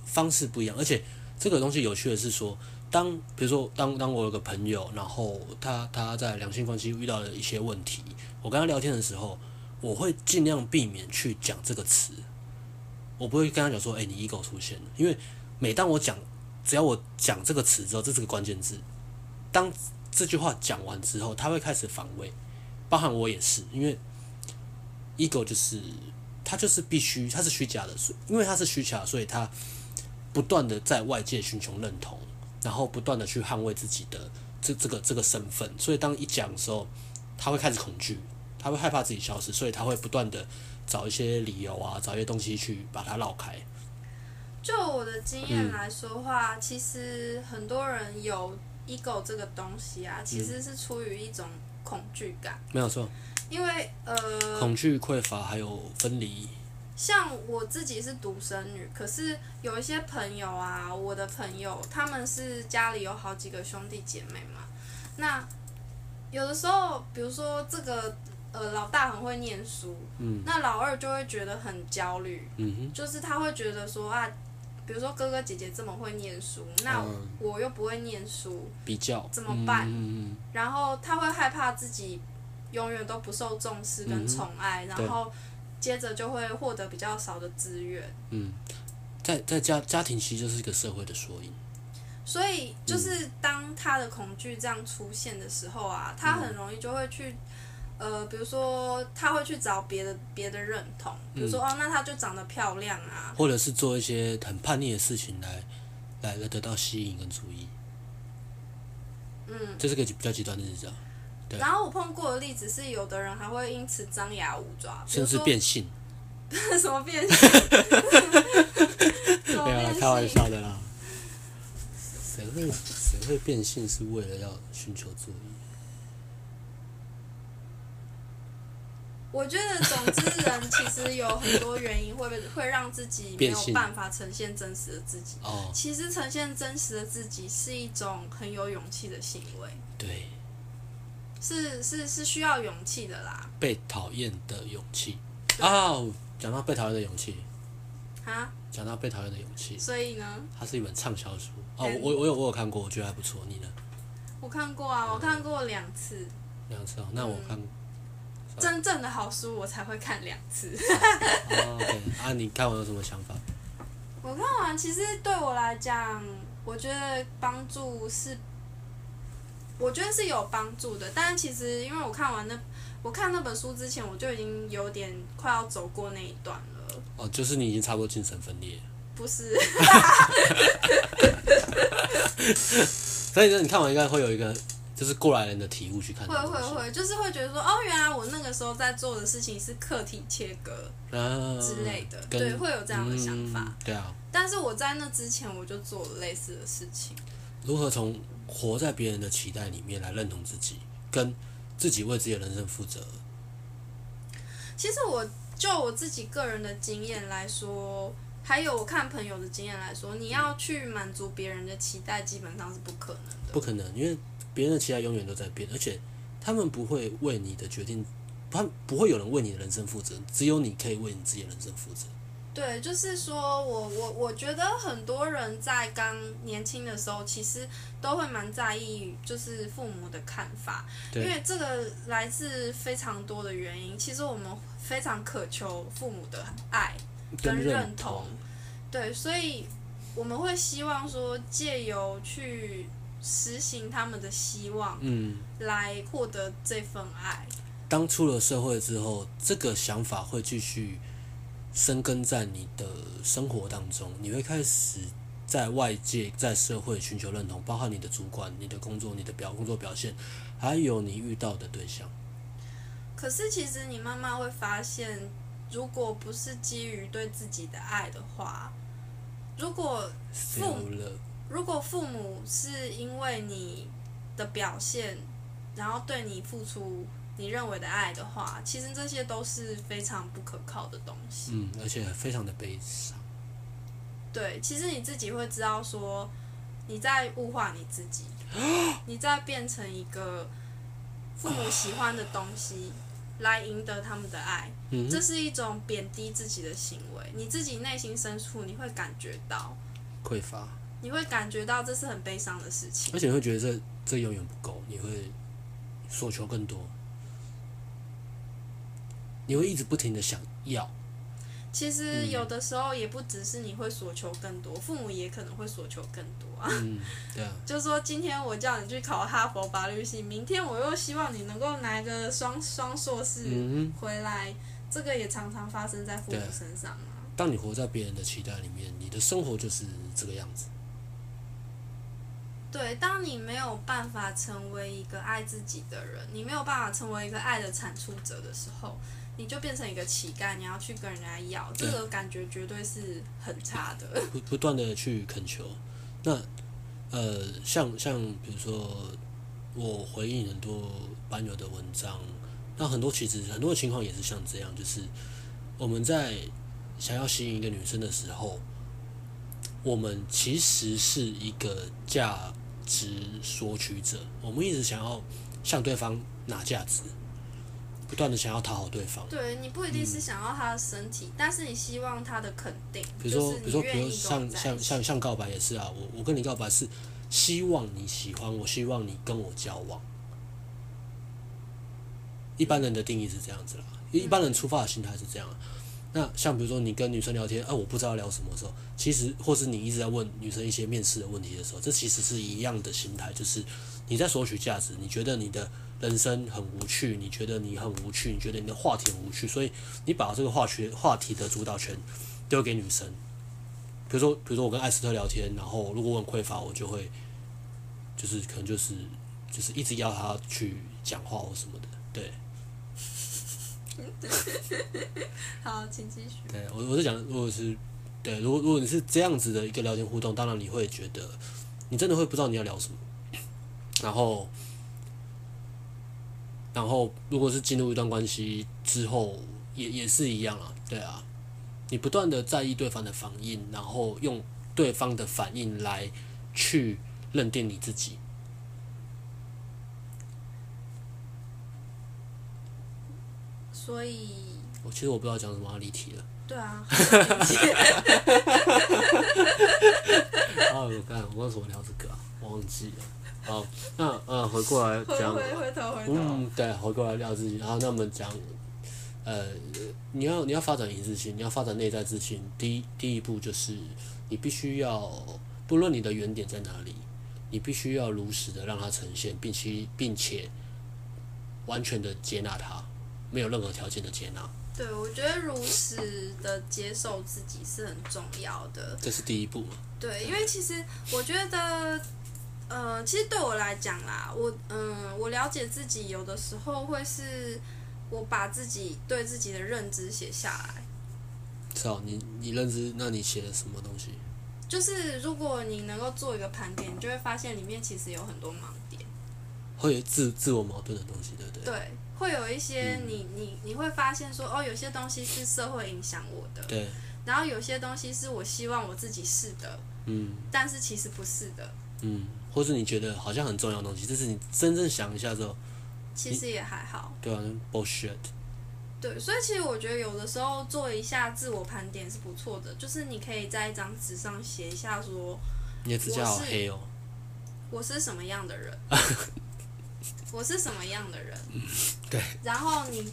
[SPEAKER 1] 方式不一样。而且这个东西有趣的是说，当比如说当当我有个朋友，然后他他在两性关系遇到了一些问题，我跟他聊天的时候，我会尽量避免去讲这个词，我不会跟他讲说，哎、你 ego 出现了，因为每当我讲，只要我讲这个词之后，这是个关键字，当这句话讲完之后，他会开始防卫，包含我也是，因为 ego 就是它就是必须，它是虚假的，所以因为它是虚假，所以它不断的在外界寻求认同，然后不断的去捍卫自己的这这个这个身份，所以当一讲的时候，他会开始恐惧，他会害怕自己消失，所以他会不断的找一些理由啊，找一些东西去把它绕开。
[SPEAKER 2] 就我的经验来说的话，其实很多人有 ego 这个东西啊，其实是出于一种恐惧感，
[SPEAKER 1] 没有错，
[SPEAKER 2] 因为呃，
[SPEAKER 1] 恐惧、匮乏还有分离，
[SPEAKER 2] 像我自己是独生女，可是有一些朋友啊，我的朋友他们是家里有好几个兄弟姐妹嘛。那有的时候，比如说这个呃老大很会念书，嗯，那老二就会觉得很焦虑，
[SPEAKER 1] 嗯
[SPEAKER 2] 就是他会觉得说啊，比如说哥哥姐姐这么会念书，那
[SPEAKER 1] 嗯
[SPEAKER 2] 我又不会念书
[SPEAKER 1] 哼，，比较
[SPEAKER 2] 怎么办
[SPEAKER 1] 嗯嗯
[SPEAKER 2] 然后他会害怕自己永远都不受重视跟宠爱，
[SPEAKER 1] 嗯对
[SPEAKER 2] 然后接着就会获得比较少的资源。
[SPEAKER 1] 嗯，在在家家庭其实就是一个社会的缩影，
[SPEAKER 2] 所以
[SPEAKER 1] 嗯
[SPEAKER 2] 就是当他的恐惧这样出现的时候啊，他很容易就会去，呃，比如说他会去找别的别的认同，
[SPEAKER 1] 嗯
[SPEAKER 2] 比如说、哦，那他就长得漂亮啊，
[SPEAKER 1] 或者是做一些很叛逆的事情来来来得到吸引跟注意，
[SPEAKER 2] 嗯。
[SPEAKER 1] 这是个比较极端的例子啊，对
[SPEAKER 2] 然后我碰过的例子是，有的人还会因此张牙舞爪，比
[SPEAKER 1] 甚
[SPEAKER 2] 如
[SPEAKER 1] 至
[SPEAKER 2] 说
[SPEAKER 1] 变性，
[SPEAKER 2] 什么变 性，什
[SPEAKER 1] 没有啦，
[SPEAKER 2] 么变
[SPEAKER 1] 啊开玩
[SPEAKER 2] 性，
[SPEAKER 1] 笑的啦。谁会谁会变性是为了要寻求注意？
[SPEAKER 2] 我觉得总之人其实有很多原因会会让自己没
[SPEAKER 1] 变
[SPEAKER 2] 有
[SPEAKER 1] 性
[SPEAKER 2] 办法呈现真实的自己。
[SPEAKER 1] 哦，
[SPEAKER 2] 其实呈现真实的自己是一种很有勇气的行为，
[SPEAKER 1] 对，
[SPEAKER 2] 是是是需要勇气的啦。
[SPEAKER 1] 被讨厌的勇气啊！讲到被讨厌的勇气，
[SPEAKER 2] 啊，
[SPEAKER 1] 讲到被讨厌的勇气，
[SPEAKER 2] 所以呢，
[SPEAKER 1] 它是一本畅销书哦。
[SPEAKER 2] 嗯
[SPEAKER 1] 我我我有我有看过，我觉得还不错。你呢？
[SPEAKER 2] 我看过啊，我看过两次，
[SPEAKER 1] 两次哦。那我看、嗯
[SPEAKER 2] 真正的好书我才会看两次。
[SPEAKER 1] 哦 OK 啊，你看完有什么想法？
[SPEAKER 2] 我看完，其实对我来讲，我觉得帮助是，我觉得是有帮助的。但其实因为我看完那，我看那本书之前，我就已经有点快要走过那一段了。
[SPEAKER 1] 哦，就是你已经差不多精神分裂了，
[SPEAKER 2] 不是，
[SPEAKER 1] 所以呢，你看完应该会有一个就是过来人的体悟去看这
[SPEAKER 2] 会
[SPEAKER 1] 个东
[SPEAKER 2] 会
[SPEAKER 1] 西。
[SPEAKER 2] 会，就是会觉得说，哦，原来我那个时候在做的事情是课题切割
[SPEAKER 1] 啊
[SPEAKER 2] 之类的，
[SPEAKER 1] 跟
[SPEAKER 2] 对，会有这样的想法。
[SPEAKER 1] 嗯对啊，
[SPEAKER 2] 但是我在那之前我就做了类似的事情，
[SPEAKER 1] 如何从活在别人的期待里面来认同自己，跟自己为自己的人生负责？
[SPEAKER 2] 其实我就我自己个人的经验来说，还有我看朋友的经验来说，你要去满足别人的期待，基本上是不可能的。
[SPEAKER 1] 不可能，因为别人的期待永远都在变，而且他们不会为你的决定，他们不会有人为你的人生负责，只有你可以为你自己的人生负责。
[SPEAKER 2] 对，就是说我我我觉得很多人在刚年轻的时候，其实都会蛮在意就是父母的看法，因
[SPEAKER 1] 对
[SPEAKER 2] 为这个来自非常多的原因。其实我们非常渴求父母的爱，跟认
[SPEAKER 1] 认
[SPEAKER 2] 同对，所以我们会希望说，借由去实行他们的希望，
[SPEAKER 1] 嗯，
[SPEAKER 2] 来获得这份爱。
[SPEAKER 1] 当出了社会之后，这个想法会继续生根在你的生活当中，你会开始在外界、在社会寻求认同，包含你的主管、你的工作、你的表工作表现，还有你遇到的对象。
[SPEAKER 2] 可是其实你慢慢会发现，如果不是基于对自己的爱的话，如果
[SPEAKER 1] 丢了，
[SPEAKER 2] 如果父母是因为你的表现，然后对你付出你认为的爱的话，其实这些都是非常不可靠的东西。
[SPEAKER 1] 嗯，而且非常的悲伤。
[SPEAKER 2] 对，其实你自己会知道说你在物化你自己，你在变成一个父母喜欢的东西来赢得他们的爱，
[SPEAKER 1] 嗯
[SPEAKER 2] 这是一种贬低自己的行为。你自己内心深处你会感觉到，
[SPEAKER 1] 匮乏，
[SPEAKER 2] 你会感觉到这是很悲伤的事情
[SPEAKER 1] 而。且你会觉得这这永远不够，你会所求更多，你会一直不停的想要，
[SPEAKER 2] 其实有的时候也不只是你会所求更多，父母也可能会所求更多啊。
[SPEAKER 1] 嗯，对啊，
[SPEAKER 2] 就说今天我叫你去考哈佛法律系，明天我又希望你能够拿个双双硕士
[SPEAKER 1] 嗯，
[SPEAKER 2] 回来，这个也常常发生在父母
[SPEAKER 1] 对
[SPEAKER 2] 身上啊。
[SPEAKER 1] 当你活在别人的期待里面，你的生活就是这个样子，
[SPEAKER 2] 对，当你没有办法成为一个爱自己的人，你没有办法成为一个爱的产出者的时候，你就变成一个乞丐，你要去跟人家要，这
[SPEAKER 1] 对
[SPEAKER 2] 个感觉绝对是很差 的。
[SPEAKER 1] 不不断的去恳求。那呃，像像比如说，我回应很多班友的文章，那很多其实很多的情况也是像这样，就是我们在想要吸引一个女生的时候，我们其实是一个价值索取者，我们一直想要向对方拿价值，不断的想要讨好对方。
[SPEAKER 2] 对你不一定是想要他的身体，但是你希望他的肯定，
[SPEAKER 1] 比如说，
[SPEAKER 2] 就是
[SPEAKER 1] 比如说，
[SPEAKER 2] 你
[SPEAKER 1] 比
[SPEAKER 2] 愿
[SPEAKER 1] 如
[SPEAKER 2] 意跟我
[SPEAKER 1] 像
[SPEAKER 2] 在一
[SPEAKER 1] 像
[SPEAKER 2] 起。
[SPEAKER 1] 像像告白也是啊，我我跟你告白是希望你喜欢我，希望你跟我交往。一般人的定义是这样子啦，一
[SPEAKER 2] 嗯
[SPEAKER 1] 一般人出发的心态是这样啊、那像比如说你跟女生聊天，啊，我不知道聊什么的时候，其实或是你一直在问女生一些面试的问题的时候，这其实是一样的心态，就是你在索取价值，你觉得你的人生很无趣，你觉得你很无趣，你觉得你的话题很无趣，所以你把这个话题话题的主导权丢给女生。比如说，比如说我跟艾斯特聊天，然后如果我很匮乏，我就会就是可能就是就是一直要他去讲话或什么的。对，
[SPEAKER 2] 好，请继续。
[SPEAKER 1] 对我我在讲，如果是对，如果如果你是这样子的一个聊天互动，当然你会觉得你真的会不知道你要聊什么，然后然后如果是进入一段关系之后，也也是一样啊，对啊，你不断的在意对方的反应，然后用对方的反应来去认定你自己，
[SPEAKER 2] 所以，
[SPEAKER 1] 我其实我不知道讲什么要离题了。
[SPEAKER 2] 对啊，
[SPEAKER 1] 啊，我看我为什么聊这个啊？忘记了。好，那呃，回过来
[SPEAKER 2] 回
[SPEAKER 1] 讲，
[SPEAKER 2] 回回头回头。
[SPEAKER 1] 嗯，对，回过来聊自己。然后那我们讲，呃，你要你要发展一致性，你要发展内在自信，第一第一步就是你必须要，不论你的原点在哪里，你必须要如实的让它呈现，并且并且完全的接纳它，没有任何条件的接纳，
[SPEAKER 2] 对，我觉得如实的接受自己是很重要的。
[SPEAKER 1] 这是第一步嘛？
[SPEAKER 2] 对，因为其实我觉得，呃，其实对我来讲啦，我嗯，我了解自己有的时候会是我把自己对自己的认知写下来。
[SPEAKER 1] 是啊，你你认知，那你写了什么东西？
[SPEAKER 2] 就是如果你能够做一个盘点，你就会发现里面其实有很多盲点。
[SPEAKER 1] 会有自自我矛盾的东西，对不对？嗯
[SPEAKER 2] 对，会有一些你你你会发现说，哦，有些东西是社会影响我的，
[SPEAKER 1] 对，
[SPEAKER 2] 然后有些东西是我希望我自己是的，
[SPEAKER 1] 嗯
[SPEAKER 2] 但是其实不是的，
[SPEAKER 1] 嗯，或是你觉得好像很重要的东西，这是你真正想一下之后，
[SPEAKER 2] 其实也还好。
[SPEAKER 1] 对啊，bullshit，
[SPEAKER 2] 对，所以其实我觉得有的时候做一下自我盘点是不错的，就是你可以在一张纸上写一下说
[SPEAKER 1] 你的指甲好黑哦，
[SPEAKER 2] 我是什么样的 人，我是什么样的人，
[SPEAKER 1] 嗯对，
[SPEAKER 2] 然后你，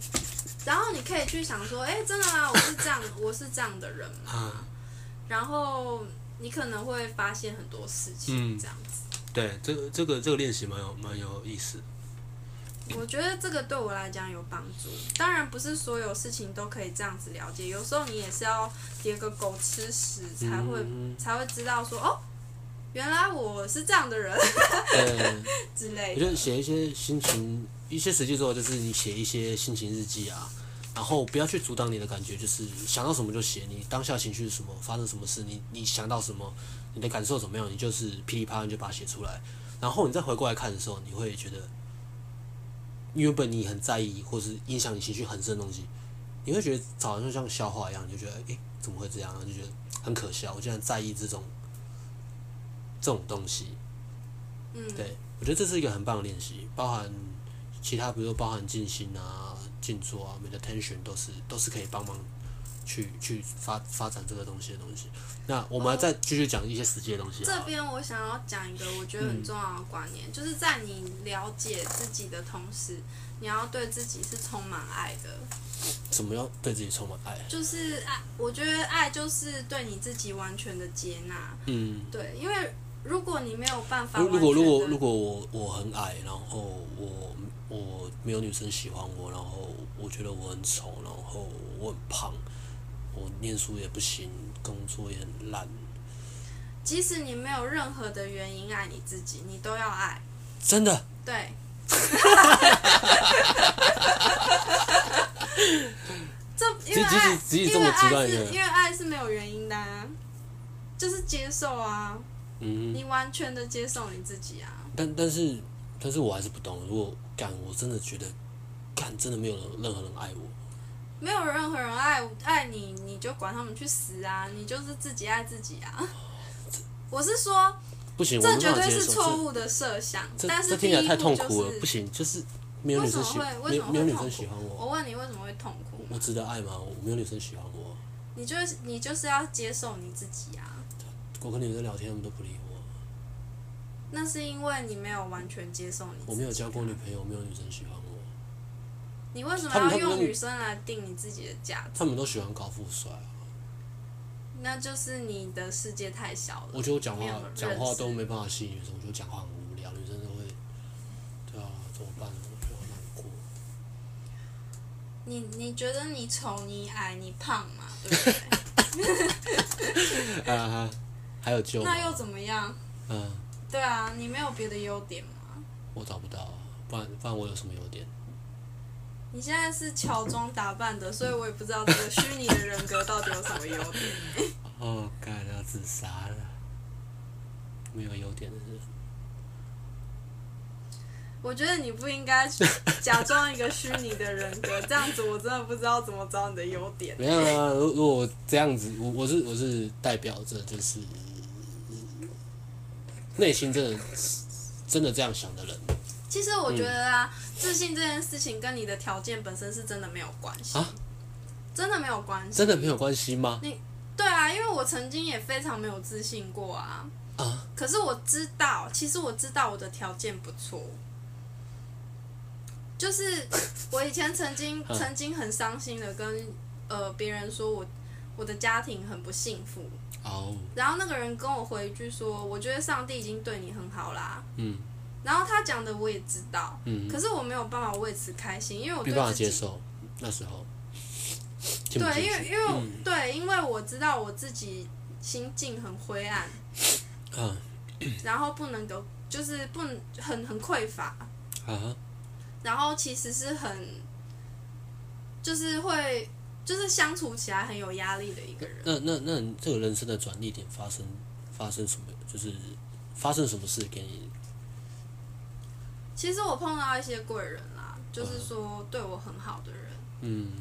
[SPEAKER 2] 然后你可以去想说，哎，真的吗？我是这样，我是这样的人吗？
[SPEAKER 1] 啊，
[SPEAKER 2] 然后你可能会发现很多事情，
[SPEAKER 1] 嗯
[SPEAKER 2] 这样子。
[SPEAKER 1] 对，这个这个这个练习蛮有蛮有意思，
[SPEAKER 2] 我觉得这个对我来讲有帮助。当然，不是所有事情都可以这样子了解，有时候你也是要叠个狗吃屎才会、
[SPEAKER 1] 嗯
[SPEAKER 2] 才会知道说哦。原来我是这样的人
[SPEAKER 1] 对，
[SPEAKER 2] 之类
[SPEAKER 1] 我觉
[SPEAKER 2] 的，
[SPEAKER 1] 得写一些心情，一些实际做就是你写一些心情日记啊，然后不要去阻挡你的感觉，就是想到什么就写，你当下情绪是什么，发生什么事，你你想到什么，你的感受怎么样，你就是噼里啪啦你就把它写出来，然后你再回过来看的时候，你会觉得原本你很在意或是影响你情绪很深的东西，你会觉得好像像笑话一样，你就觉得诶、怎么会这样啊？就觉得很可笑，我竟然在意这种这种东西。
[SPEAKER 2] 嗯，
[SPEAKER 1] 对，我觉得这是一个很棒的练习，包含其他，比如说包含静心啊、静坐啊、meditation 都是都是可以帮忙去去发发展这个东西的东西。那我们再继续讲一些实际的东西好了。
[SPEAKER 2] 哦这边我想要讲一个我觉得
[SPEAKER 1] 嗯
[SPEAKER 2] 很重要的观念，就是在你了解自己的同时，你要对自己是充满爱的。
[SPEAKER 1] 怎么样对自己充满爱？
[SPEAKER 2] 就是爱，我觉得爱就是对你自己完全的接纳。
[SPEAKER 1] 嗯，
[SPEAKER 2] 对，因为如果你没有办法
[SPEAKER 1] 如
[SPEAKER 2] 完
[SPEAKER 1] 如果
[SPEAKER 2] 全的，
[SPEAKER 1] 如果如果我我很矮，然后我我没有女生喜欢我，然后我觉得我很丑，然后我很胖，我念书也不行，工作也很烂，
[SPEAKER 2] 即使你没有任何的原因爱你自己，你都要爱。
[SPEAKER 1] 真的
[SPEAKER 2] 对， 这因为
[SPEAKER 1] 即即
[SPEAKER 2] 爱，
[SPEAKER 1] 使即使这
[SPEAKER 2] 因
[SPEAKER 1] 么
[SPEAKER 2] 为
[SPEAKER 1] 极端的
[SPEAKER 2] 爱是
[SPEAKER 1] 人
[SPEAKER 2] 因为爱是没有原因的、啊，就是接受啊，
[SPEAKER 1] 嗯，
[SPEAKER 2] 你完全的接受你自己啊。
[SPEAKER 1] 但但是但是我还是不懂，如果干我真的觉得干真的没有人任何人爱我，
[SPEAKER 2] 没有任何人爱爱你，你就管他们去死啊！你就是自己爱自己啊！我是说，
[SPEAKER 1] 不哎行，我
[SPEAKER 2] 这
[SPEAKER 1] 没
[SPEAKER 2] 绝
[SPEAKER 1] 办法
[SPEAKER 2] 对
[SPEAKER 1] 接
[SPEAKER 2] 是
[SPEAKER 1] 受，
[SPEAKER 2] 错误的设想。
[SPEAKER 1] 这
[SPEAKER 2] 但
[SPEAKER 1] 这
[SPEAKER 2] 是
[SPEAKER 1] 这
[SPEAKER 2] 第
[SPEAKER 1] 听
[SPEAKER 2] 一
[SPEAKER 1] 起来太
[SPEAKER 2] 步
[SPEAKER 1] 痛
[SPEAKER 2] 就
[SPEAKER 1] 苦了
[SPEAKER 2] 是，
[SPEAKER 1] 不行，就是没有
[SPEAKER 2] 为
[SPEAKER 1] 女生
[SPEAKER 2] 什么
[SPEAKER 1] 喜
[SPEAKER 2] 会
[SPEAKER 1] 没
[SPEAKER 2] 为什
[SPEAKER 1] 有
[SPEAKER 2] 么会
[SPEAKER 1] 没有女
[SPEAKER 2] 痛
[SPEAKER 1] 生
[SPEAKER 2] 苦
[SPEAKER 1] 喜欢我，
[SPEAKER 2] 我问你为什么会痛苦？
[SPEAKER 1] 我值得爱吗？我没有女生喜欢我，
[SPEAKER 2] 你就是你就是要接受你自己啊！
[SPEAKER 1] 我跟女生聊天，他们都不理我。
[SPEAKER 2] 那是因为你没有完全接受你自己。啊
[SPEAKER 1] 我没有交过女。朋友，没有女生喜欢我，
[SPEAKER 2] 你为什么
[SPEAKER 1] 他们
[SPEAKER 2] 要
[SPEAKER 1] 他们
[SPEAKER 2] 用女生来定你自己的价值？
[SPEAKER 1] 他们都喜欢高富帅啊。
[SPEAKER 2] 那就是你的世界太小了。
[SPEAKER 1] 我觉得我讲
[SPEAKER 2] 没有
[SPEAKER 1] 话
[SPEAKER 2] 认识
[SPEAKER 1] 讲话都没办法吸引女生，我觉得我讲话很无聊，女生都会，对啊，怎么办？我觉得好难过。
[SPEAKER 2] 你你觉得你丑、你矮、你胖嘛，对 不对？
[SPEAKER 1] 啊哈，还有救吗？
[SPEAKER 2] 那又怎么样？
[SPEAKER 1] 嗯，
[SPEAKER 2] 对啊，你没有别的优点吗？
[SPEAKER 1] 我找不到啊，不然不然我有什么优点？
[SPEAKER 2] 你现在是乔装打扮的，所以我也不知道这个虚拟的人格到底有什么优 点。
[SPEAKER 1] 哦，干要自杀了，没有优点的人。
[SPEAKER 2] 我觉得你不应该去假装一个虚拟的人格，这样子我真的不知道怎么找你的优点。
[SPEAKER 1] 没有啊，如如果我这样子，我我是我是代表着就是内心真的真的这样想的人
[SPEAKER 2] 其实
[SPEAKER 1] 嗯
[SPEAKER 2] 我觉得啊，自信这件事情跟你的条件本身是真的没有关系，
[SPEAKER 1] 啊
[SPEAKER 2] 真的没有关系，
[SPEAKER 1] 真的没有关系吗？
[SPEAKER 2] 对啊，因为我曾经也非常没有自信过啊。
[SPEAKER 1] 啊。
[SPEAKER 2] 可是我知道，其实我知道我的条件不错。 就是我以前曾经
[SPEAKER 1] 嗯
[SPEAKER 2] 曾经很伤心的跟呃别人说我我的家庭很不幸福，
[SPEAKER 1] 哦，
[SPEAKER 2] 然后那个人跟我回一句说，我觉得上帝已经对你很好啦。
[SPEAKER 1] 嗯
[SPEAKER 2] 然后他讲的我也知道，
[SPEAKER 1] 嗯，
[SPEAKER 2] 可是我没有办法为此开心，因为我
[SPEAKER 1] 没
[SPEAKER 2] 对
[SPEAKER 1] 办法
[SPEAKER 2] 自己
[SPEAKER 1] 接受那时候。听不
[SPEAKER 2] 对，
[SPEAKER 1] 进
[SPEAKER 2] 因
[SPEAKER 1] 去嗯
[SPEAKER 2] 为因为我、对，因为我知道我自己心境很灰暗，
[SPEAKER 1] 啊
[SPEAKER 2] 然后不能够就是不能很很匮乏，
[SPEAKER 1] 啊
[SPEAKER 2] 然后其实是很，就是会就是相处起来很有压力的一个人。
[SPEAKER 1] 那那那你这个人生的转捩点发生发生什么？就是发生什么事给你？
[SPEAKER 2] 其实我碰到一些贵人啦，就是
[SPEAKER 1] 哦
[SPEAKER 2] 说对我很好的人，
[SPEAKER 1] 嗯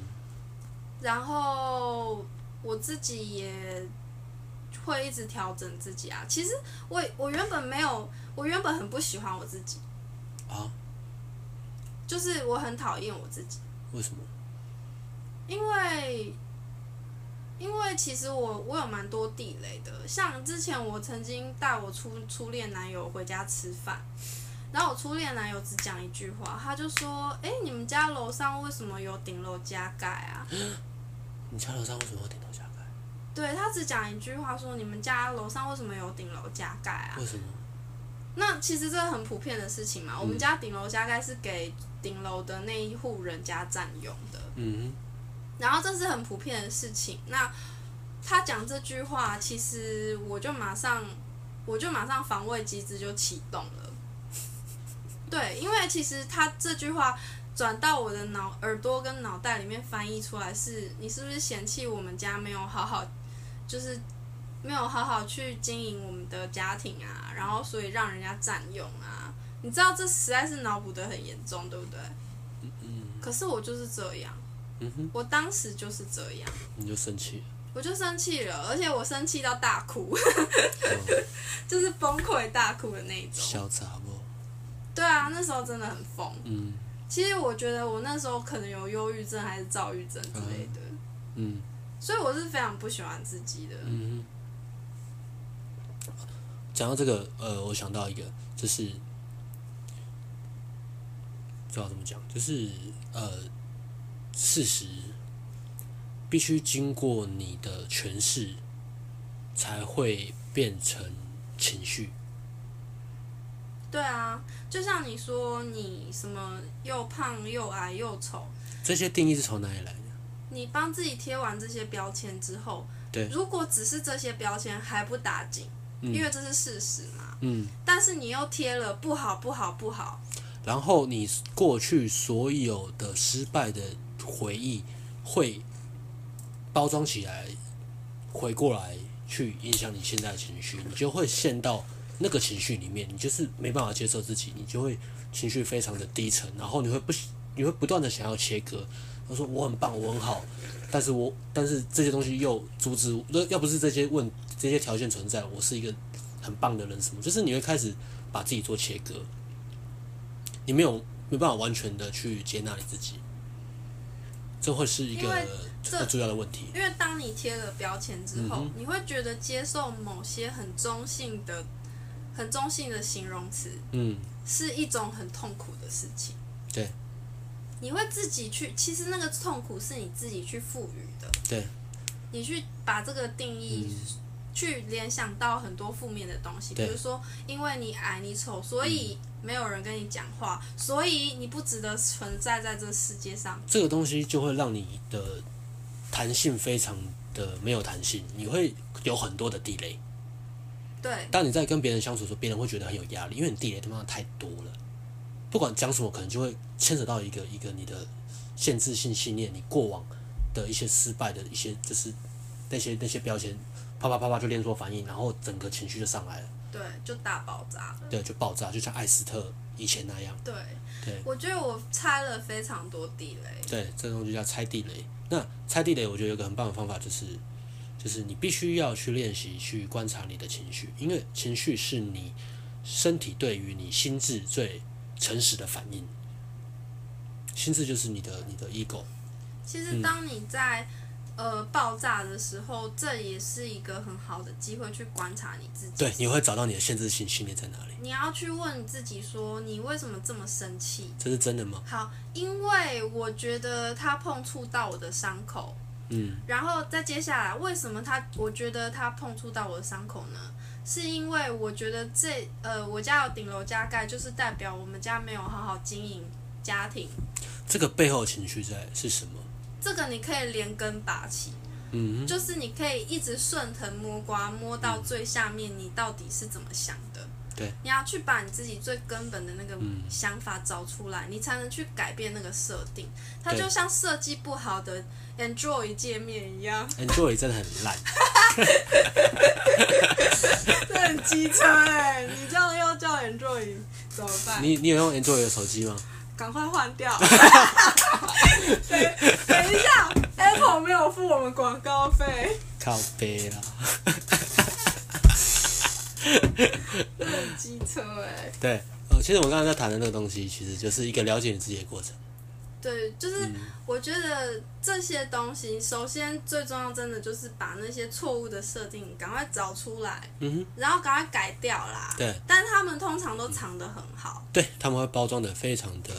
[SPEAKER 2] 然后我自己也会一直调整自己啊。其实我我原本没有，我原本很不喜欢我自己，
[SPEAKER 1] 啊，
[SPEAKER 2] 就是我很讨厌我自己。
[SPEAKER 1] 为什么？
[SPEAKER 2] 因为因为其实我我有蛮多地雷的，像之前我曾经带我初初恋男友回家吃饭，然后我初恋男友只讲一句话，他就说：“哎、你们家楼上为什么有顶楼加盖啊
[SPEAKER 1] 你家楼上为什么要点头加？”
[SPEAKER 2] 对他只讲一句话说：“你们家楼上为什么有顶楼加盖啊
[SPEAKER 1] 盖？”为什么？
[SPEAKER 2] 那其实这很普遍的事情嘛，我们家顶楼加盖是给顶楼的那一户人家占用的。
[SPEAKER 1] 嗯
[SPEAKER 2] 然后这是很普遍的事情。那他讲这句话，其实我就马上，我就马上防卫机制就启动了。 对，因为其实他这句话转到我的脑耳朵跟脑袋里面翻译出来是：你是不是嫌弃我们家没有好好，就是没有好好去经营我们的家庭啊？然后所以让人家占用啊？你知道这实在是脑补的很严重，对不对？可是我就是这样。
[SPEAKER 1] 嗯哼，
[SPEAKER 2] 我当时就是这样，
[SPEAKER 1] 你就生气了。
[SPEAKER 2] 我就生气了，而且我生气到大哭，
[SPEAKER 1] 嗯
[SPEAKER 2] 就是崩溃大哭的那一种。
[SPEAKER 1] 小杂货。
[SPEAKER 2] 对啊，那时候真的很疯。
[SPEAKER 1] 嗯
[SPEAKER 2] 其实我觉得我那时候可能有忧郁症还是躁郁症之类的，
[SPEAKER 1] 嗯
[SPEAKER 2] 所以我是非常不喜欢自己的。
[SPEAKER 1] 嗯哼，讲到这个，呃，我想到一个，就是，不知道怎么讲，就是呃，事实必须经过你的诠释，才会变成情绪。
[SPEAKER 2] 对啊，就像你说你什么又胖又矮又丑，
[SPEAKER 1] 这些定义是从哪里来的？
[SPEAKER 2] 你帮自己贴完这些标签之后，
[SPEAKER 1] 对
[SPEAKER 2] 如果只是这些标签还不打紧，
[SPEAKER 1] 嗯
[SPEAKER 2] 因为这是事实嘛，
[SPEAKER 1] 嗯，
[SPEAKER 2] 但是你又贴了不好不好不好，
[SPEAKER 1] 然后你过去所有的失败的回忆会包装起来，回过来去影响你现在的情绪，你就会陷到那个情绪里面，你就是没办法接受自己，你就会情绪非常的低沉，然后你会不你会不断的想要切割，他说我很棒，我很好，但是我但是这些东西又阻止我，要不是这些问这些条件存在，我是一个很棒的人，什么就是你会开始把自己做切割。你没有没办法完全的去接纳你自己，这会是一
[SPEAKER 2] 因
[SPEAKER 1] 个
[SPEAKER 2] 为这
[SPEAKER 1] 很主要的问题。
[SPEAKER 2] 因为当你贴了标签之后，
[SPEAKER 1] 嗯
[SPEAKER 2] 你会觉得接受某些很中性的、很中性的形容词
[SPEAKER 1] 嗯，
[SPEAKER 2] 是一种很痛苦的事情。
[SPEAKER 1] 对
[SPEAKER 2] 你会自己去，其实那个痛苦是你自己去赋予的，
[SPEAKER 1] 对，嗯
[SPEAKER 2] 你去把这个定义去联想到很多负面的东西，比
[SPEAKER 1] 对嗯
[SPEAKER 2] 如说因为你矮你丑，所以没有人跟你讲话，所以你不值得存在在这世界上。
[SPEAKER 1] 这个东西就会让你的弹性非常的没有弹性，你会有很多的地雷。
[SPEAKER 2] 对
[SPEAKER 1] 当你在跟别人相处的时候，别人会觉得很有压力，因为你地雷他妈的太多了。不管讲什么，可能就会牵扯到一个一个你的限制性信念，你过往的一些失败的一些就是那些那些标签，啪啪啪啪就连锁反应，然后整个情绪就上来了。
[SPEAKER 2] 对，就大爆炸了。
[SPEAKER 1] 对，就爆炸，就像艾斯特以前那样。
[SPEAKER 2] 对，
[SPEAKER 1] 对
[SPEAKER 2] 我觉得我拆了非常多地雷。
[SPEAKER 1] 对，这东西叫拆地雷。那拆地雷，我觉得有个很棒的方法就是，就是你必须要去练习去观察你的情绪，因为情绪是你身体对于你心智最诚实的反应。心智就是你的你的 ego，
[SPEAKER 2] 其
[SPEAKER 1] 嗯
[SPEAKER 2] 实当你在、呃爆炸的时候，这也是一个很好的机会去观察你自己。
[SPEAKER 1] 对，你会找到你的限制性信念在哪里。
[SPEAKER 2] 你要去问你自己说，你为什么这么生气？
[SPEAKER 1] 这是真的吗？
[SPEAKER 2] 好，因为我觉得他碰触到我的伤口，
[SPEAKER 1] 嗯，
[SPEAKER 2] 然后再接下来，为什么他？我觉得他碰触到我的伤口呢？是因为我觉得这呃，我家有顶楼加盖，就是代表我们家没有好好经营家庭。
[SPEAKER 1] 这个背后的情绪在是什么？
[SPEAKER 2] 这个你可以连根拔起，
[SPEAKER 1] 嗯哼，
[SPEAKER 2] 就是你可以一直顺藤摸瓜，摸到最下面，你到底是怎么想的？
[SPEAKER 1] 对，嗯
[SPEAKER 2] 你要去把你自己最根本的那个想法找出来，你才能去改变那个设定。它
[SPEAKER 1] 对
[SPEAKER 2] 就像设计不好的 Enjoy 界面一样，
[SPEAKER 1] ，enjoy 真的很烂。
[SPEAKER 2] 这很机车哎、你这样又叫 Enjoy 怎么办？
[SPEAKER 1] 你你有用 enjoy 的手机吗？
[SPEAKER 2] 赶快换 掉！等等一下，Apple 没有付我们广告费，
[SPEAKER 1] 靠背啦。
[SPEAKER 2] 这很机车哎、
[SPEAKER 1] 对，呃，其实我刚才在谈的那个东西，其实就是一个了解你自己的过程。
[SPEAKER 2] 对，
[SPEAKER 1] 嗯
[SPEAKER 2] 就是我觉得这些东西，首先最重要，真的就是把那些错误的设定赶快找出来，
[SPEAKER 1] 嗯
[SPEAKER 2] 然后赶快改掉啦
[SPEAKER 1] 哼，。对，
[SPEAKER 2] 但他们通常都藏得很好，
[SPEAKER 1] 对，他们会包装的非常的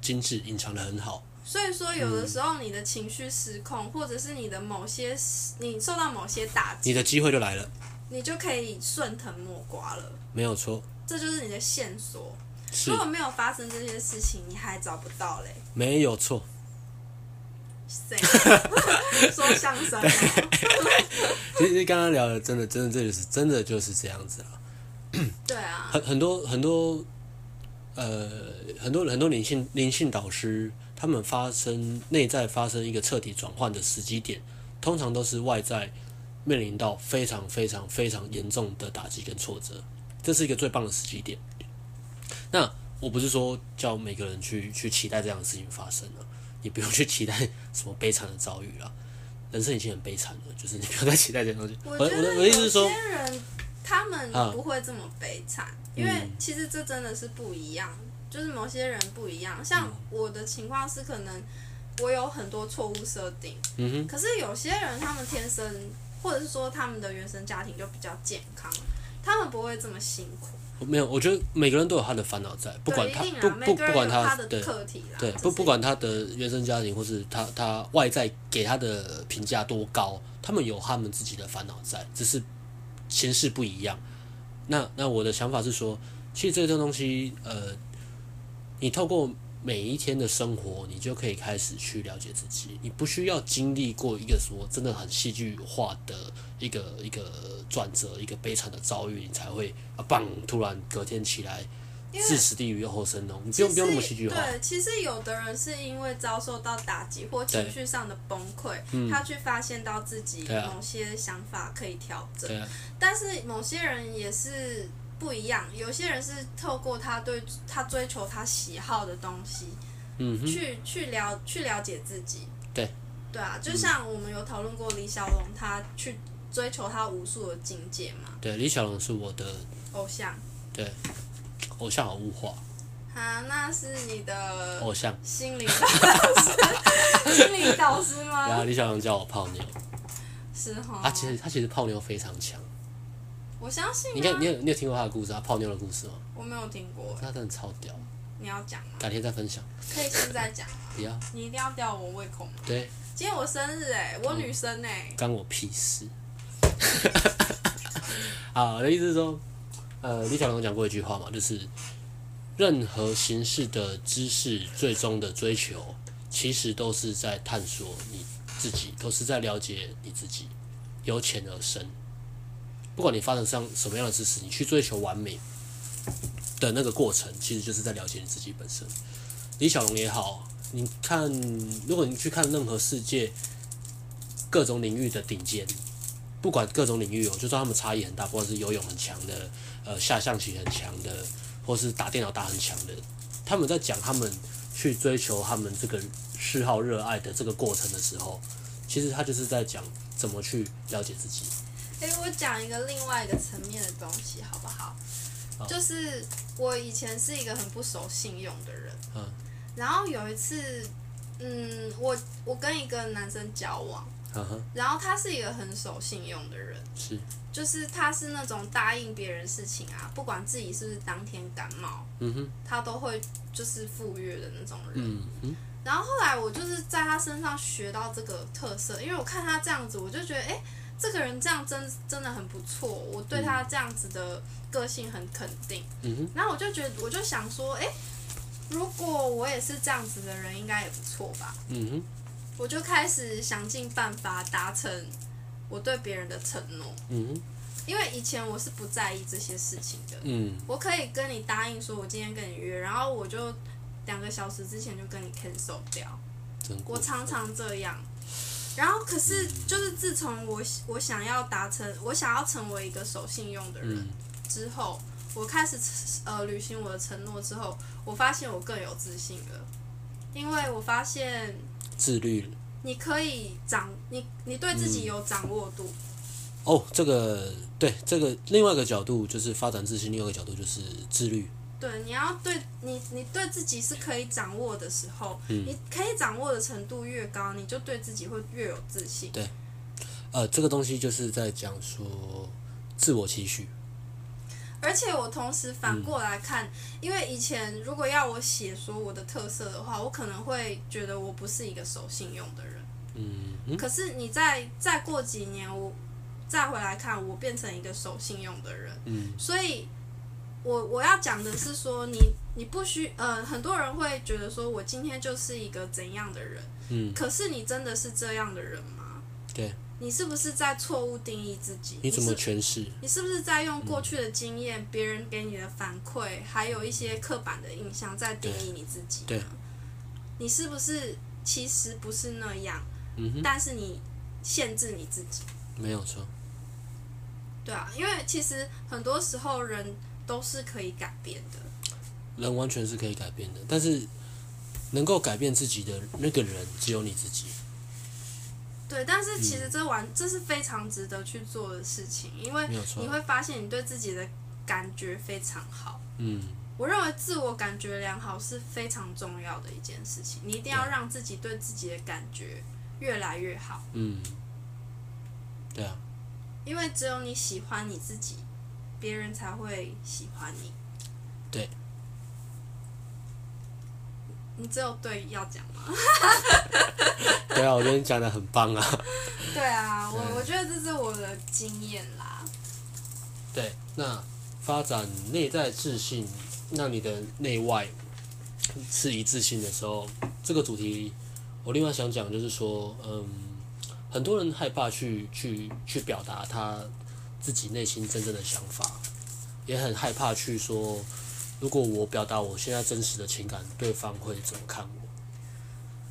[SPEAKER 1] 精致，隐藏的很好。
[SPEAKER 2] 所以说有的时候你的情绪失
[SPEAKER 1] 嗯
[SPEAKER 2] 控，或者是你的某些你受到某些打
[SPEAKER 1] 你
[SPEAKER 2] 击，
[SPEAKER 1] 的机会就来了，
[SPEAKER 2] 你就可以顺藤摸瓜了。
[SPEAKER 1] 没有错，
[SPEAKER 2] 这就是你的线索。
[SPEAKER 1] 是
[SPEAKER 2] 如果没有发生这些事情，你还找不到嘞。
[SPEAKER 1] 没有错。
[SPEAKER 2] 谁 说相声啊？
[SPEAKER 1] 其实刚刚聊的，真的，真的，这就是真的就是这样子啊。
[SPEAKER 2] 对啊，
[SPEAKER 1] 很很多很多，呃，很多很多灵性灵性导师，他们发生内在发生一个彻底转换的时机点，通常都是外在面临到非常非常非常严重的打击跟挫折，这是一个最棒的时机点。那我不是说叫每个人去去期待这样的事情发生啊，你不用去期待什么悲惨的遭遇啊，人生已经很悲惨了，就是你不要再期待这些东西。我
[SPEAKER 2] 我
[SPEAKER 1] 我
[SPEAKER 2] 觉
[SPEAKER 1] 的
[SPEAKER 2] 得
[SPEAKER 1] 我的意思是说
[SPEAKER 2] 有，些人他们
[SPEAKER 1] 啊嗯
[SPEAKER 2] 不会这么悲惨，因为其实
[SPEAKER 1] 嗯
[SPEAKER 2] 这真的是不一样，就是某些人不一样。像我的情况是可能。我有很多错误设定，
[SPEAKER 1] 嗯哼，
[SPEAKER 2] 可是有些人他们天生，或者是说他们的原生家庭就比较健康，他们不会这么辛苦。
[SPEAKER 1] 没有，我觉得每个人都有他的烦恼在，不管他
[SPEAKER 2] 对一定
[SPEAKER 1] 不
[SPEAKER 2] 啊每
[SPEAKER 1] 不
[SPEAKER 2] 个
[SPEAKER 1] 不
[SPEAKER 2] 人
[SPEAKER 1] 管
[SPEAKER 2] 有他
[SPEAKER 1] 对
[SPEAKER 2] 的课题啦。
[SPEAKER 1] 对
[SPEAKER 2] 啊这
[SPEAKER 1] 不
[SPEAKER 2] 是
[SPEAKER 1] 不管他的原生家庭或是他他外在给他的评价多高，他们有他们自己的烦恼在，只是形式不一样。那那我的想法是说，其实这种东西，呃，你透过每一天的生活，你就可以开始去了解自己，你不需要经历过一个说真的很戏剧化的一个一个转折，一个悲惨的遭遇，你才会啊棒，突然隔天起来
[SPEAKER 2] 因为
[SPEAKER 1] 置死地于后生哦龙，你不
[SPEAKER 2] 其
[SPEAKER 1] 用
[SPEAKER 2] 实
[SPEAKER 1] 不用那么戏剧化。
[SPEAKER 2] 对，其实有的人是因为遭受到打击或情绪上的崩溃，他去发现到自己
[SPEAKER 1] 嗯对啊
[SPEAKER 2] 某些想法可以调整。
[SPEAKER 1] 对啊，
[SPEAKER 2] 但是某些人也是不一样，有些人是透过他对他追求他喜好的东西，
[SPEAKER 1] 嗯哼，
[SPEAKER 2] 去去了去了解自己。
[SPEAKER 1] 对。嗯
[SPEAKER 2] 对啊，就像我们有讨论过李小龙，他去追求他无数的境界嘛，
[SPEAKER 1] 对，李小龙是我的
[SPEAKER 2] 偶像。
[SPEAKER 1] 偶像，好物化
[SPEAKER 2] 啊，那是你的
[SPEAKER 1] 偶像。
[SPEAKER 2] 心灵导师， 心灵导师
[SPEAKER 1] 然后
[SPEAKER 2] 吗？
[SPEAKER 1] 啊李小龙叫我泡妞，
[SPEAKER 2] 是哈。
[SPEAKER 1] 他啊其实他其实泡妞非常强。
[SPEAKER 2] 我相信、啊。
[SPEAKER 1] 你看，你有你有听过他的故事啊？泡妞的故事吗？
[SPEAKER 2] 我没有听过，
[SPEAKER 1] 他真的超屌，
[SPEAKER 2] 你要讲吗？
[SPEAKER 1] 改天再分享。
[SPEAKER 2] 可以现在讲吗，
[SPEAKER 1] 不要，
[SPEAKER 2] 你一定要吊我胃口吗？
[SPEAKER 1] 对，
[SPEAKER 2] 今天我生日哎、我女生哎、
[SPEAKER 1] 干我屁事。 啊，我的意思是说，呃，李小龙讲过一句话嘛，就是任何形式的知识最终的追求，其实都是在探索你自己，都是在了解你自己，由浅而深。不管你发展上什么样的知识，你去追求完美的那个过程，其实就是在了解你自己本身。李小龙也好，你看，如果你去看任何世界各种领域的顶尖，不管各种领域哦，就算他们差异很大，不管是游泳很强的，呃，下象棋很强的，或是打电脑打很强的，他们在讲他们去追求他们这个嗜好、热爱的这个过程的时候，其实他就是在讲怎么去了解自己。
[SPEAKER 2] 哎、我讲一个另外一个层面的东西好不好？
[SPEAKER 1] 好
[SPEAKER 2] 就是我以前是一个很不守信用的人，
[SPEAKER 1] 嗯
[SPEAKER 2] 然后有一次，嗯，我我跟一个男生交往，
[SPEAKER 1] 嗯哼，
[SPEAKER 2] 然后他是一个很守信用的人，
[SPEAKER 1] 是，
[SPEAKER 2] 就是他是那种答应别人事情啊，不管自己是不是当天感冒，
[SPEAKER 1] 嗯哼，
[SPEAKER 2] 他都会就是赴约的那种人。
[SPEAKER 1] 嗯哼，
[SPEAKER 2] 然后后来我就是在他身上学到这个特色，因为我看他这样子，我就觉得，哎，这个人这样真真的很不错，我对他这样子的个性很肯定。
[SPEAKER 1] 嗯哼，
[SPEAKER 2] 然后我就觉得，我就想说，哎，如果我也是这样子的人，应该也不错吧。
[SPEAKER 1] 嗯哼，
[SPEAKER 2] 我就开始想尽办法达成我对别人的承诺，
[SPEAKER 1] 嗯哼，
[SPEAKER 2] 因为以前我是不在意这些事情的。
[SPEAKER 1] 嗯
[SPEAKER 2] 我可以跟你答应说，我今天跟你约，然后我就两个小时之前就跟你 cancel 掉。
[SPEAKER 1] 真
[SPEAKER 2] 我
[SPEAKER 1] 过分
[SPEAKER 2] 常常这样。然后可是就是自从我我想要达成，我想要成为一个守信用的人
[SPEAKER 1] 嗯
[SPEAKER 2] 之后，我开始呃履行我的承诺之后，我发现我更有自信了，因为我发现
[SPEAKER 1] 自律
[SPEAKER 2] 你可以掌你你对自己有掌握度，
[SPEAKER 1] 哦，这个对这个另外一个角度就是发展自信，另外一个角度就是自律。
[SPEAKER 2] 对，你要对你你对自己是可以掌握的时候，你可以掌握的程度越高，你就对自己会越有自信。
[SPEAKER 1] 呃，这个东西就是在讲说自我期许，
[SPEAKER 2] 而且我同时反过来看，因为以前如果要我写说我的特色的话，我可能会觉得我不是一个守信用的人。
[SPEAKER 1] 嗯嗯
[SPEAKER 2] 可是你再再过几年，我再回来看，我变成一个守信用的人。
[SPEAKER 1] 嗯，
[SPEAKER 2] 所以我我要讲的是说你，你不需呃，很多人会觉得说我今天就是一个怎样的人，
[SPEAKER 1] 嗯，
[SPEAKER 2] 可是你真的是这样的人吗？
[SPEAKER 1] 对，
[SPEAKER 2] 你是不是在错误定义自己？
[SPEAKER 1] 你怎么
[SPEAKER 2] 是
[SPEAKER 1] 诠释？
[SPEAKER 2] 你是不是在用过去的经验、别人给你的反馈，还有一些刻板的印象在定义你自己？
[SPEAKER 1] 对，
[SPEAKER 2] 你是不是其实不是那样？
[SPEAKER 1] 嗯哼，
[SPEAKER 2] 但是你限制你自己，
[SPEAKER 1] 没有错，
[SPEAKER 2] 对啊，因为其实很多时候人都是可以改变的。
[SPEAKER 1] 人完全是可以改变的，但是能够改变自己的那个人只有你自己。
[SPEAKER 2] 对，但是其
[SPEAKER 1] 嗯
[SPEAKER 2] 实这完、这是非常值得去
[SPEAKER 1] 啊
[SPEAKER 2] 做的事情，因为
[SPEAKER 1] 没有错
[SPEAKER 2] 你会发现你对自己的感觉非常好。
[SPEAKER 1] 嗯，
[SPEAKER 2] 我认为自我感觉良好是非常重要的一件事情，你一定要
[SPEAKER 1] 对
[SPEAKER 2] 让自己对自己的感觉越来越好，
[SPEAKER 1] 嗯，对啊，
[SPEAKER 2] 因为只有你喜欢你自己，别人才会喜欢你。
[SPEAKER 1] 对。
[SPEAKER 2] 你只有对要讲吗？
[SPEAKER 1] 对啊，我觉得你讲的很棒啊。
[SPEAKER 2] 对啊，我
[SPEAKER 1] 对
[SPEAKER 2] 我觉得这是我的经验啦。
[SPEAKER 1] 对，那发展内在自信，那你的内外嗯是一致性的时候，这个主题我另外想讲就是说，嗯，很多人害怕去去去表达他自己内心真正的想法，也很害怕去说，如果我表达我现在真实的情感，对方会怎么看我？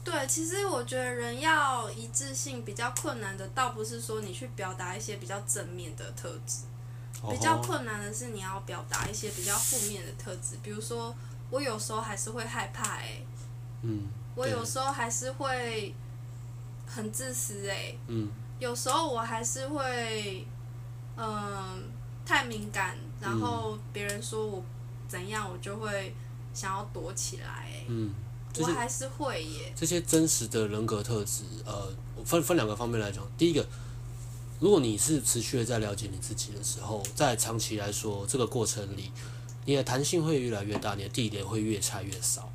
[SPEAKER 2] 对，其实我觉得人要一致性比较困难的，倒不是说你去表达一些比较正面的特质，比较
[SPEAKER 1] 哦吼
[SPEAKER 2] 困难的是你要表达一些比较负面的特质，比如说我有时候还是会害怕哎、
[SPEAKER 1] 嗯，
[SPEAKER 2] 我
[SPEAKER 1] 对
[SPEAKER 2] 有时候还是会很自私哎、
[SPEAKER 1] 嗯，
[SPEAKER 2] 有时候我还是会嗯、太敏感，然
[SPEAKER 1] 嗯
[SPEAKER 2] 后别人说我怎样，我就会想要躲起来哎、
[SPEAKER 1] 嗯，就
[SPEAKER 2] 我
[SPEAKER 1] 是
[SPEAKER 2] 还是会耶、
[SPEAKER 1] 这些真实的人格特质，呃，我分分两个方面来讲。第一个，如果你是持续的在了解你自己的时候，在长期来说这个过程里，你的弹性会越来越大，你的地雷会越拆越少。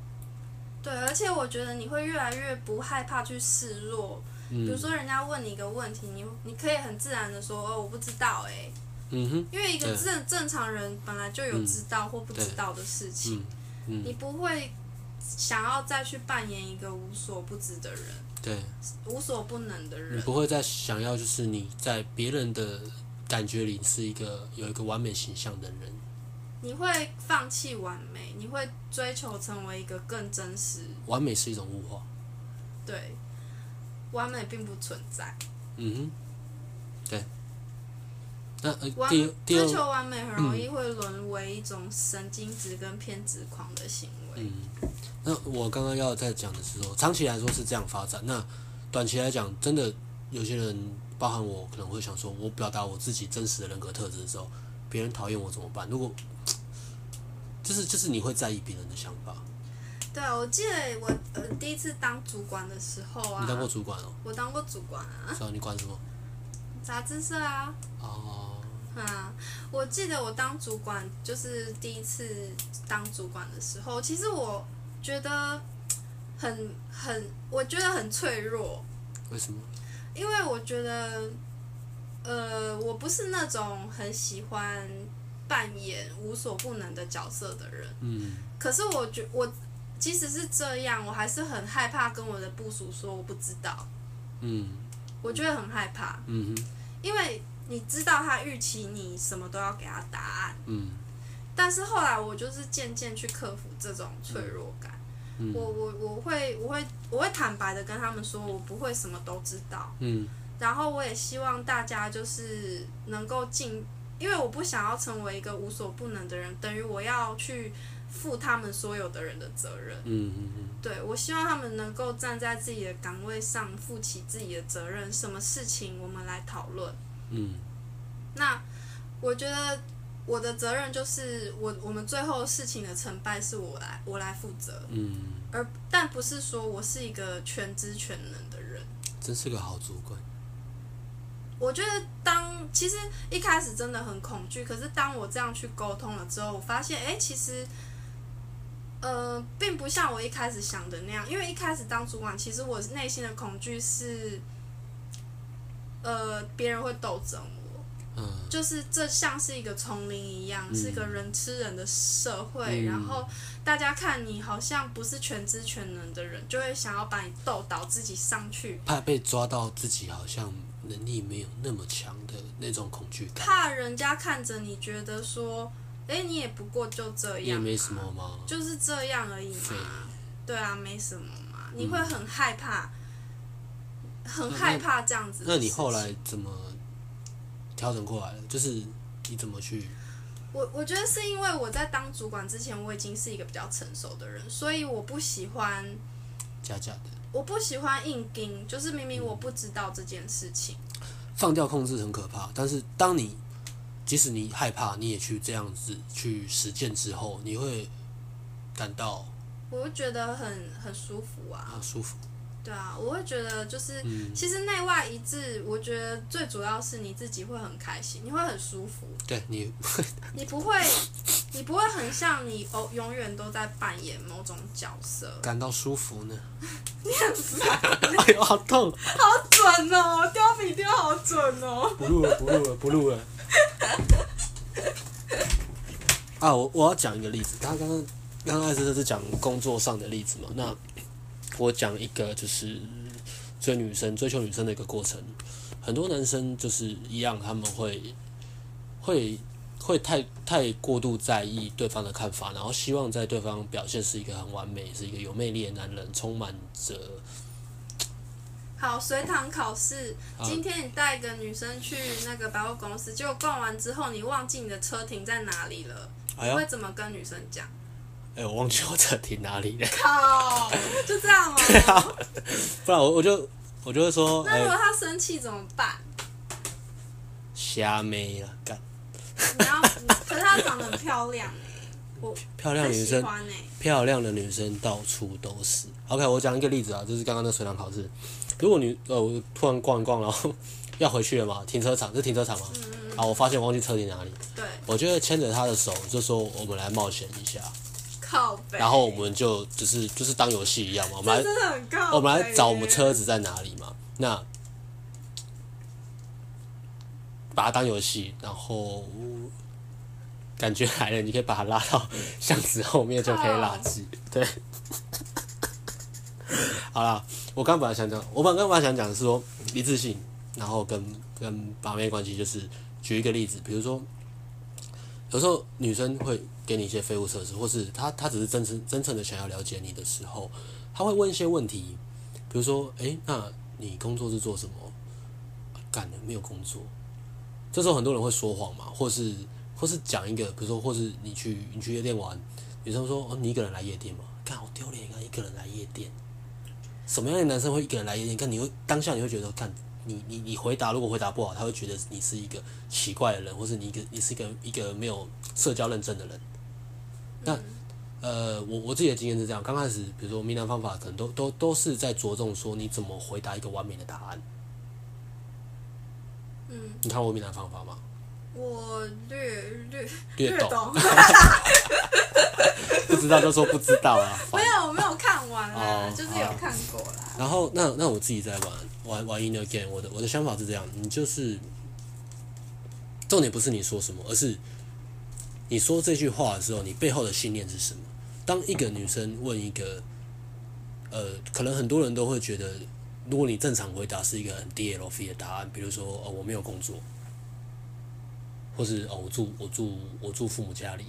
[SPEAKER 2] 对，而且我觉得你会越来越不害怕去示弱。比如
[SPEAKER 1] 嗯
[SPEAKER 2] 说，人家问你一个问题，你你可以很自然的说：“哦，我不知道。”哎，
[SPEAKER 1] 嗯哼，
[SPEAKER 2] 因为一个
[SPEAKER 1] 对
[SPEAKER 2] 正正常人本来就有
[SPEAKER 1] 嗯
[SPEAKER 2] 知道或不知
[SPEAKER 1] 对
[SPEAKER 2] 道的事情，
[SPEAKER 1] 嗯
[SPEAKER 2] 你不会想要再去扮演一个无所不知的人、
[SPEAKER 1] 对，
[SPEAKER 2] 无所不能的
[SPEAKER 1] 你
[SPEAKER 2] 人。
[SPEAKER 1] 不会再想要就是你在别人的感觉里是一个有一个完美形象的人。
[SPEAKER 2] 你会放弃完美，你会追求成为一个更真实。
[SPEAKER 1] 完美是一种物化。
[SPEAKER 2] 对，完美并不存在，
[SPEAKER 1] 嗯哼，对。那呃
[SPEAKER 2] 完
[SPEAKER 1] 第二第
[SPEAKER 2] 追
[SPEAKER 1] 二嗯
[SPEAKER 2] 求完美很容易会沦为一种神经质跟偏执狂的行为。
[SPEAKER 1] 嗯，那我刚刚要再讲的是说，长期来说是这样发展。那短期来讲，真的有些人，包含我，可能会想说，我表达我自己真实的人格特质的时候，别人讨厌我怎么办？如果就是就是你会在意别人的想法。
[SPEAKER 2] 对，啊我记得我呃第一次当主管的时候啊
[SPEAKER 1] 你，当过主管哦、
[SPEAKER 2] 我当过主管啊，
[SPEAKER 1] 是啊，你管什么？
[SPEAKER 2] 杂志社啊，
[SPEAKER 1] 哦，
[SPEAKER 2] 啊，我记得我当主管就是第一次当主管的时候，其实我觉得很很，我觉得很脆弱，
[SPEAKER 1] 为什么？
[SPEAKER 2] 因为我觉得，呃，我不是那种很喜欢扮演无所不能的角色的人。
[SPEAKER 1] 嗯
[SPEAKER 2] 可是我觉我即使是这样，我还是很害怕跟我的部署说我不知道，
[SPEAKER 1] 嗯
[SPEAKER 2] 我觉得很害怕，
[SPEAKER 1] 嗯哼
[SPEAKER 2] 因为你知道他预期你什么都要给他答案。
[SPEAKER 1] 嗯
[SPEAKER 2] 但是后来我就是渐渐去克服这种脆弱感，
[SPEAKER 1] 嗯
[SPEAKER 2] 我我我会我会我会坦白的跟他们说，我不会什么都知道，
[SPEAKER 1] 嗯
[SPEAKER 2] 然后我也希望大家就是能够进，因为我不想要成为一个无所不能的人，等于我要去负他们所有的人的责任。
[SPEAKER 1] 嗯嗯嗯，
[SPEAKER 2] 对我希望他们能够站在自己的岗位上，负起自己的责任，什么事情我们来讨论。
[SPEAKER 1] 嗯
[SPEAKER 2] 那我觉得我的责任就是我我们最后事情的成败是我来我来负责，
[SPEAKER 1] 嗯，
[SPEAKER 2] 而但不是说我是一个全知全能的人。
[SPEAKER 1] 真是个好主管。
[SPEAKER 2] 我觉得当其实一开始真的很恐惧，可是当我这样去沟通了之后，我发现哎、诶其实。呃，并不像我一开始想的那样，因为一开始当主管，其实我内心的恐惧是，呃，别人会斗争我，
[SPEAKER 1] 嗯
[SPEAKER 2] 就是这像是一个丛林一样，
[SPEAKER 1] 嗯
[SPEAKER 2] 是一个人吃人的社会。
[SPEAKER 1] 嗯
[SPEAKER 2] 然后大家看你好像不是全知全能的人，就会想要把你斗倒，自己上去，
[SPEAKER 1] 怕被抓到自己好像能力没有那么强的那种恐惧感，
[SPEAKER 2] 怕人家看着你觉得说，哎，你也不过就这
[SPEAKER 1] 也
[SPEAKER 2] 样、啊，
[SPEAKER 1] 没什么嘛。
[SPEAKER 2] 就是这样而已
[SPEAKER 1] 废嗯
[SPEAKER 2] 嘛。对啊，没什么嘛，你会很害怕，很
[SPEAKER 1] 那
[SPEAKER 2] 害怕这样子的
[SPEAKER 1] 那
[SPEAKER 2] 事情。
[SPEAKER 1] 你后来怎么调整过来了？就是你怎么去？
[SPEAKER 2] 我我觉得是因为我在当主管之前，我已经是一个比较成熟的人，所以我不喜欢。
[SPEAKER 1] 假假的，
[SPEAKER 2] 我不喜欢硬盯，就是明明我不知道这件事情。
[SPEAKER 1] 放掉控制很可怕，但是当你即使你害怕，你也去这样子去实践之后，你会感到
[SPEAKER 2] 我会觉得很很舒服啊。
[SPEAKER 1] 啊舒服。
[SPEAKER 2] 对啊，我会觉得就是，
[SPEAKER 1] 嗯
[SPEAKER 2] 其实内外一致，我觉得最主要是你自己会很开心，你会很舒服，
[SPEAKER 1] 对你，，
[SPEAKER 2] 你不会，你不会很像你哦，永远都在扮演某种角色
[SPEAKER 1] 感到舒服呢？
[SPEAKER 2] 很烦
[SPEAKER 1] 哎呦，好痛！
[SPEAKER 2] 好准哦，丢笔丢好准哦。
[SPEAKER 1] 不录了，不录了，不 录了。啊，我我要讲一个例子，他刚刚刚刚艾斯特是讲工作上的例子嘛，那我讲一个就是追女生、追求女生的一个过程。很多男生就是一样，他们会会会太太过度在意对方的看法，然后希望在对方表现是一个很完美、是一个有魅力的男人，充满着
[SPEAKER 2] 好，随堂考试，
[SPEAKER 1] 啊
[SPEAKER 2] 今天你带一个女生去那个百货公司，结果逛完之后你忘记你的车停在哪里了，
[SPEAKER 1] 哎
[SPEAKER 2] 你
[SPEAKER 1] 呦
[SPEAKER 2] 会怎么跟女生讲？
[SPEAKER 1] 哎，我忘记我车停哪里了，
[SPEAKER 2] 靠， 就这 样哦。
[SPEAKER 1] 不然我我就我就会说，
[SPEAKER 2] 那
[SPEAKER 1] 哎
[SPEAKER 2] 如果她生气怎么办？
[SPEAKER 1] 虾妹啊，干
[SPEAKER 2] 你要，可是她长得很漂亮欸我
[SPEAKER 1] 漂亮
[SPEAKER 2] 很
[SPEAKER 1] 女
[SPEAKER 2] 喜
[SPEAKER 1] 生，
[SPEAKER 2] 欢哎、
[SPEAKER 1] 漂亮的女生到处都是。OK，我讲一个例子啊，就是刚刚那水塘考试。如果你呃，我突然逛一逛，然后要回去了嘛，停车场，这停车场嘛，
[SPEAKER 2] 嗯
[SPEAKER 1] 啊，我发现我忘记车停哪里，
[SPEAKER 2] 对，
[SPEAKER 1] 我就会牵着她的手，就说我们来冒险一下，
[SPEAKER 2] 靠北。
[SPEAKER 1] 然后我们就就是就是当游戏一样嘛，我们
[SPEAKER 2] 这
[SPEAKER 1] 来
[SPEAKER 2] 真的很靠北耶。
[SPEAKER 1] 我们来找我们车子在哪里嘛。那把它当游戏，然后感觉来了，你可以把它拉到巷子后面就可以拉圾。对，好啦，我刚本来想讲，我本来刚本来想讲的是说一致性，然后跟跟把妹关系就是举一个例子，比如说。有时候女生会给你一些废物设施，或是她她只是真诚真诚的想要了解你的时候，她会问一些问题，比如说，诶，那你工作是做什么？啊干了没有工作？这时候很多人会说谎嘛，或是或是讲一个，比如说，或是你去你去夜店玩，女生说哦你一个人来夜店嘛，干好丢脸啊，一个人来夜店。什么样的男生会一个人来夜店？看你会当下你会觉得，看你你你回答如果回答不好，他会觉得你是一个奇怪的人，或是你一个你是一个一个没有社交认证的人。那呃，我我自己的经验是这样，刚开始比如说闽南方法，可能都都都是在着重说你怎么回答一个完美的答案。
[SPEAKER 2] 嗯，
[SPEAKER 1] 你看过闽南方法吗？
[SPEAKER 2] 我略略
[SPEAKER 1] 略懂，
[SPEAKER 2] 懂，
[SPEAKER 1] 不知道就说不知道啊。
[SPEAKER 2] 没
[SPEAKER 1] 烦
[SPEAKER 2] 有我没有看完啦，
[SPEAKER 1] 哦
[SPEAKER 2] 就是
[SPEAKER 1] 好
[SPEAKER 2] 有看过啦。
[SPEAKER 1] 然后那那我自己在玩玩玩 in a game，我的我的想法是这样，你就是重点不是你说什么，而是你说这句话的时候，你背后的信念是什么？当一个女生问一个，呃，可能很多人都会觉得，如果你正常回答是一个很 DLF 的答案，比如说哦我没有工作，或是哦我住我住我住父母家里，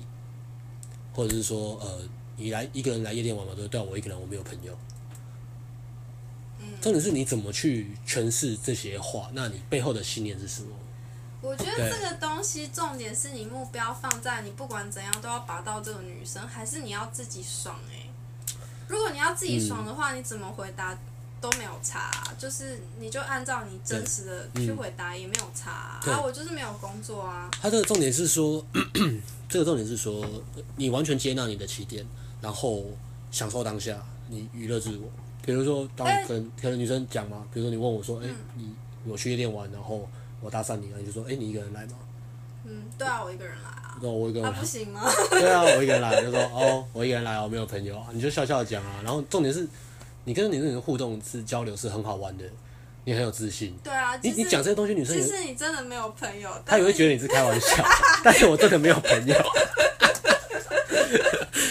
[SPEAKER 1] 或者是说呃你来一个人来夜店玩嘛，对对啊，我一个人我没有朋友。重点是你怎么去诠释这些话，那你背后的信念是什么？
[SPEAKER 2] 我觉
[SPEAKER 1] 对
[SPEAKER 2] 得这个东西重点是你目标放在你不管怎样都要拔到这个女生，还是你要自己爽哎、如果你要自己爽的话，你怎么回答都没有差啊、就是你就按照你真实的去回答也没有差啊。
[SPEAKER 1] 嗯对
[SPEAKER 2] 啊我就是没有工作啊，
[SPEAKER 1] 它这个重点是说， 这个重点是说，你完全接纳你的起点，然后享受当下，你娱乐自我。比如说，当
[SPEAKER 2] 哎嗯
[SPEAKER 1] 跟可能女生讲嘛，比如说你问我说，哎、你我去夜店玩，然后我搭讪你了，你就说，哎、你一个人来吗？
[SPEAKER 2] 嗯，对啊，我一个人来啊，
[SPEAKER 1] 那我一个人
[SPEAKER 2] 啊
[SPEAKER 1] 来
[SPEAKER 2] 不，行吗？
[SPEAKER 1] 对啊，我一个人来，就说哦，我一个人来，我没有朋友啊，你就笑笑地讲啊。然后重点是，你跟女生的互动是交流是很好玩的，你很有自信。
[SPEAKER 2] 对啊，
[SPEAKER 1] 你
[SPEAKER 2] 其
[SPEAKER 1] 你
[SPEAKER 2] 实
[SPEAKER 1] 讲这些东西，女生
[SPEAKER 2] 其
[SPEAKER 1] 也
[SPEAKER 2] 实你真的没有朋友，
[SPEAKER 1] 他也会觉得你是开玩 笑，但是我真的没有朋友。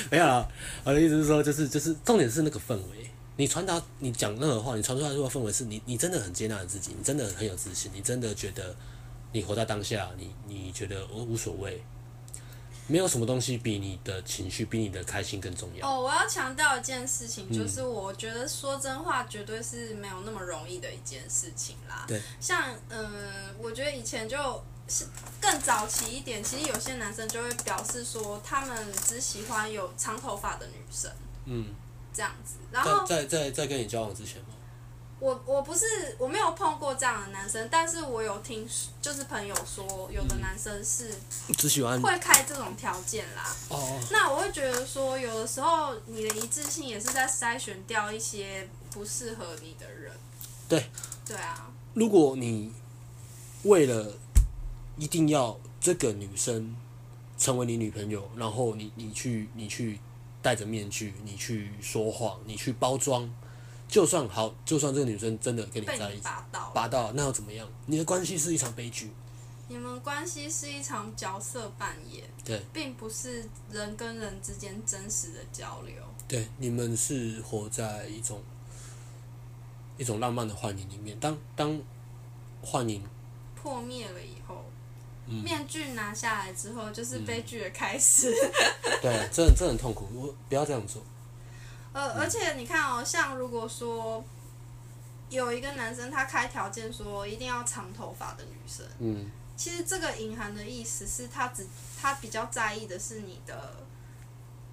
[SPEAKER 1] 没有啦，我的意思是说，就是就是重点是那个氛围。你传达你讲任何话，你传出来的氛围是你你真的很接纳你自己，你真的很有自信，你真的觉得你活在当下，你你觉得我无所谓，没有什么东西比你的情绪、比你的开心更重要。
[SPEAKER 2] 哦，我要强调一件事
[SPEAKER 1] 嗯
[SPEAKER 2] 情，就是我觉得说真话绝对是没有那么容易的一件事情啦。
[SPEAKER 1] 对，
[SPEAKER 2] 像嗯、呃我觉得以前就是更早期一点，其实有些男生就会表示说，他们只喜欢有长头发的女生
[SPEAKER 1] 嗯，
[SPEAKER 2] 这样子。然后
[SPEAKER 1] 在在在在跟你交往之前吗？
[SPEAKER 2] 我我不是我没有碰过这样的男生，但是我有听就是朋友说，有
[SPEAKER 1] 嗯
[SPEAKER 2] 的男生是
[SPEAKER 1] 只喜欢
[SPEAKER 2] 会开这种条件啦。
[SPEAKER 1] 哦，
[SPEAKER 2] 那我会觉得说，有的时候你的一致性也是在筛选掉一些不适合你的人。
[SPEAKER 1] 对。
[SPEAKER 2] 对啊，
[SPEAKER 1] 如果你为了一定要这个女生成为你女朋友，然后你你去你去戴着面具，你去说谎，你去包装，就算好，就算这个女生真的跟你
[SPEAKER 2] 被
[SPEAKER 1] 在一
[SPEAKER 2] 你
[SPEAKER 1] 起，
[SPEAKER 2] 拔到了。
[SPEAKER 1] 拔到那又怎么样？你的关系是一场悲剧。
[SPEAKER 2] 你们关系是一场角色扮演，
[SPEAKER 1] 对
[SPEAKER 2] 并不是人跟人之间真实的交流。
[SPEAKER 1] 对，你们是活在一种一种浪漫的幻影里面。当当幻影
[SPEAKER 2] 破灭了以后，
[SPEAKER 1] 嗯
[SPEAKER 2] 面具拿下来之后，就是悲剧的开始。
[SPEAKER 1] 对，这这很痛苦。我不要这样做。
[SPEAKER 2] 呃，而且你看哦，像如果说有一个男生他开条件说一定要长头发的女生，
[SPEAKER 1] 嗯，
[SPEAKER 2] 其实这个隐含的意思是他只他比较在意的是你的，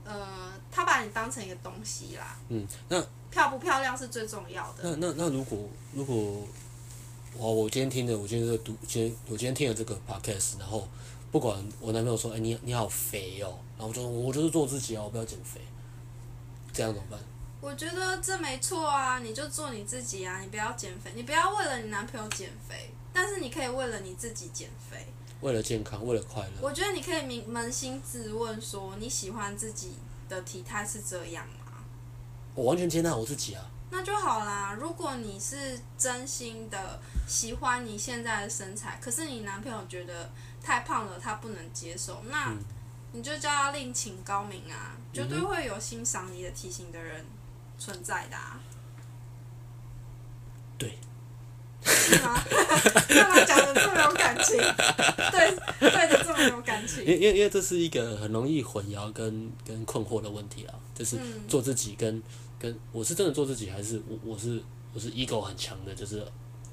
[SPEAKER 2] 呃，他把你当成一个东西啦，
[SPEAKER 1] 嗯，那
[SPEAKER 2] 漂不漂亮是最重要的。
[SPEAKER 1] 那那那如果如果我我今天听的，我今天这个读，今天我今天听了这个 podcast，然后不管我男朋友说，哎、你你好肥哦，然后我就说我就是做自己啊，我不要减肥，这样怎么办？
[SPEAKER 2] 我觉得这没错啊，你就做你自己啊，你不要减肥，你不要为了你男朋友减肥，但是你可以为了你自己减肥。
[SPEAKER 1] 为了健康，为了快乐，
[SPEAKER 2] 我觉得你可以扪扪心自问说，你喜欢自己的体态是这样吗？
[SPEAKER 1] 我完全接纳我自己啊。
[SPEAKER 2] 那就好啦。如果你是真心的喜欢你现在的身材，可是你男朋友觉得太胖了，他不能接受，那
[SPEAKER 1] 嗯
[SPEAKER 2] 你就叫他另请高明啊，绝对会有欣赏你的体型的人存在的、啊。
[SPEAKER 1] 对。
[SPEAKER 2] 是吗？ 干嘛讲的这么有感情？对对的，这么有感情
[SPEAKER 1] 因。为因为因为这是一个很容易混淆跟跟困惑的问题啊，就是
[SPEAKER 2] 嗯
[SPEAKER 1] 做自己跟跟我是真的做自己，还是我我是我是 ego 很强的，就是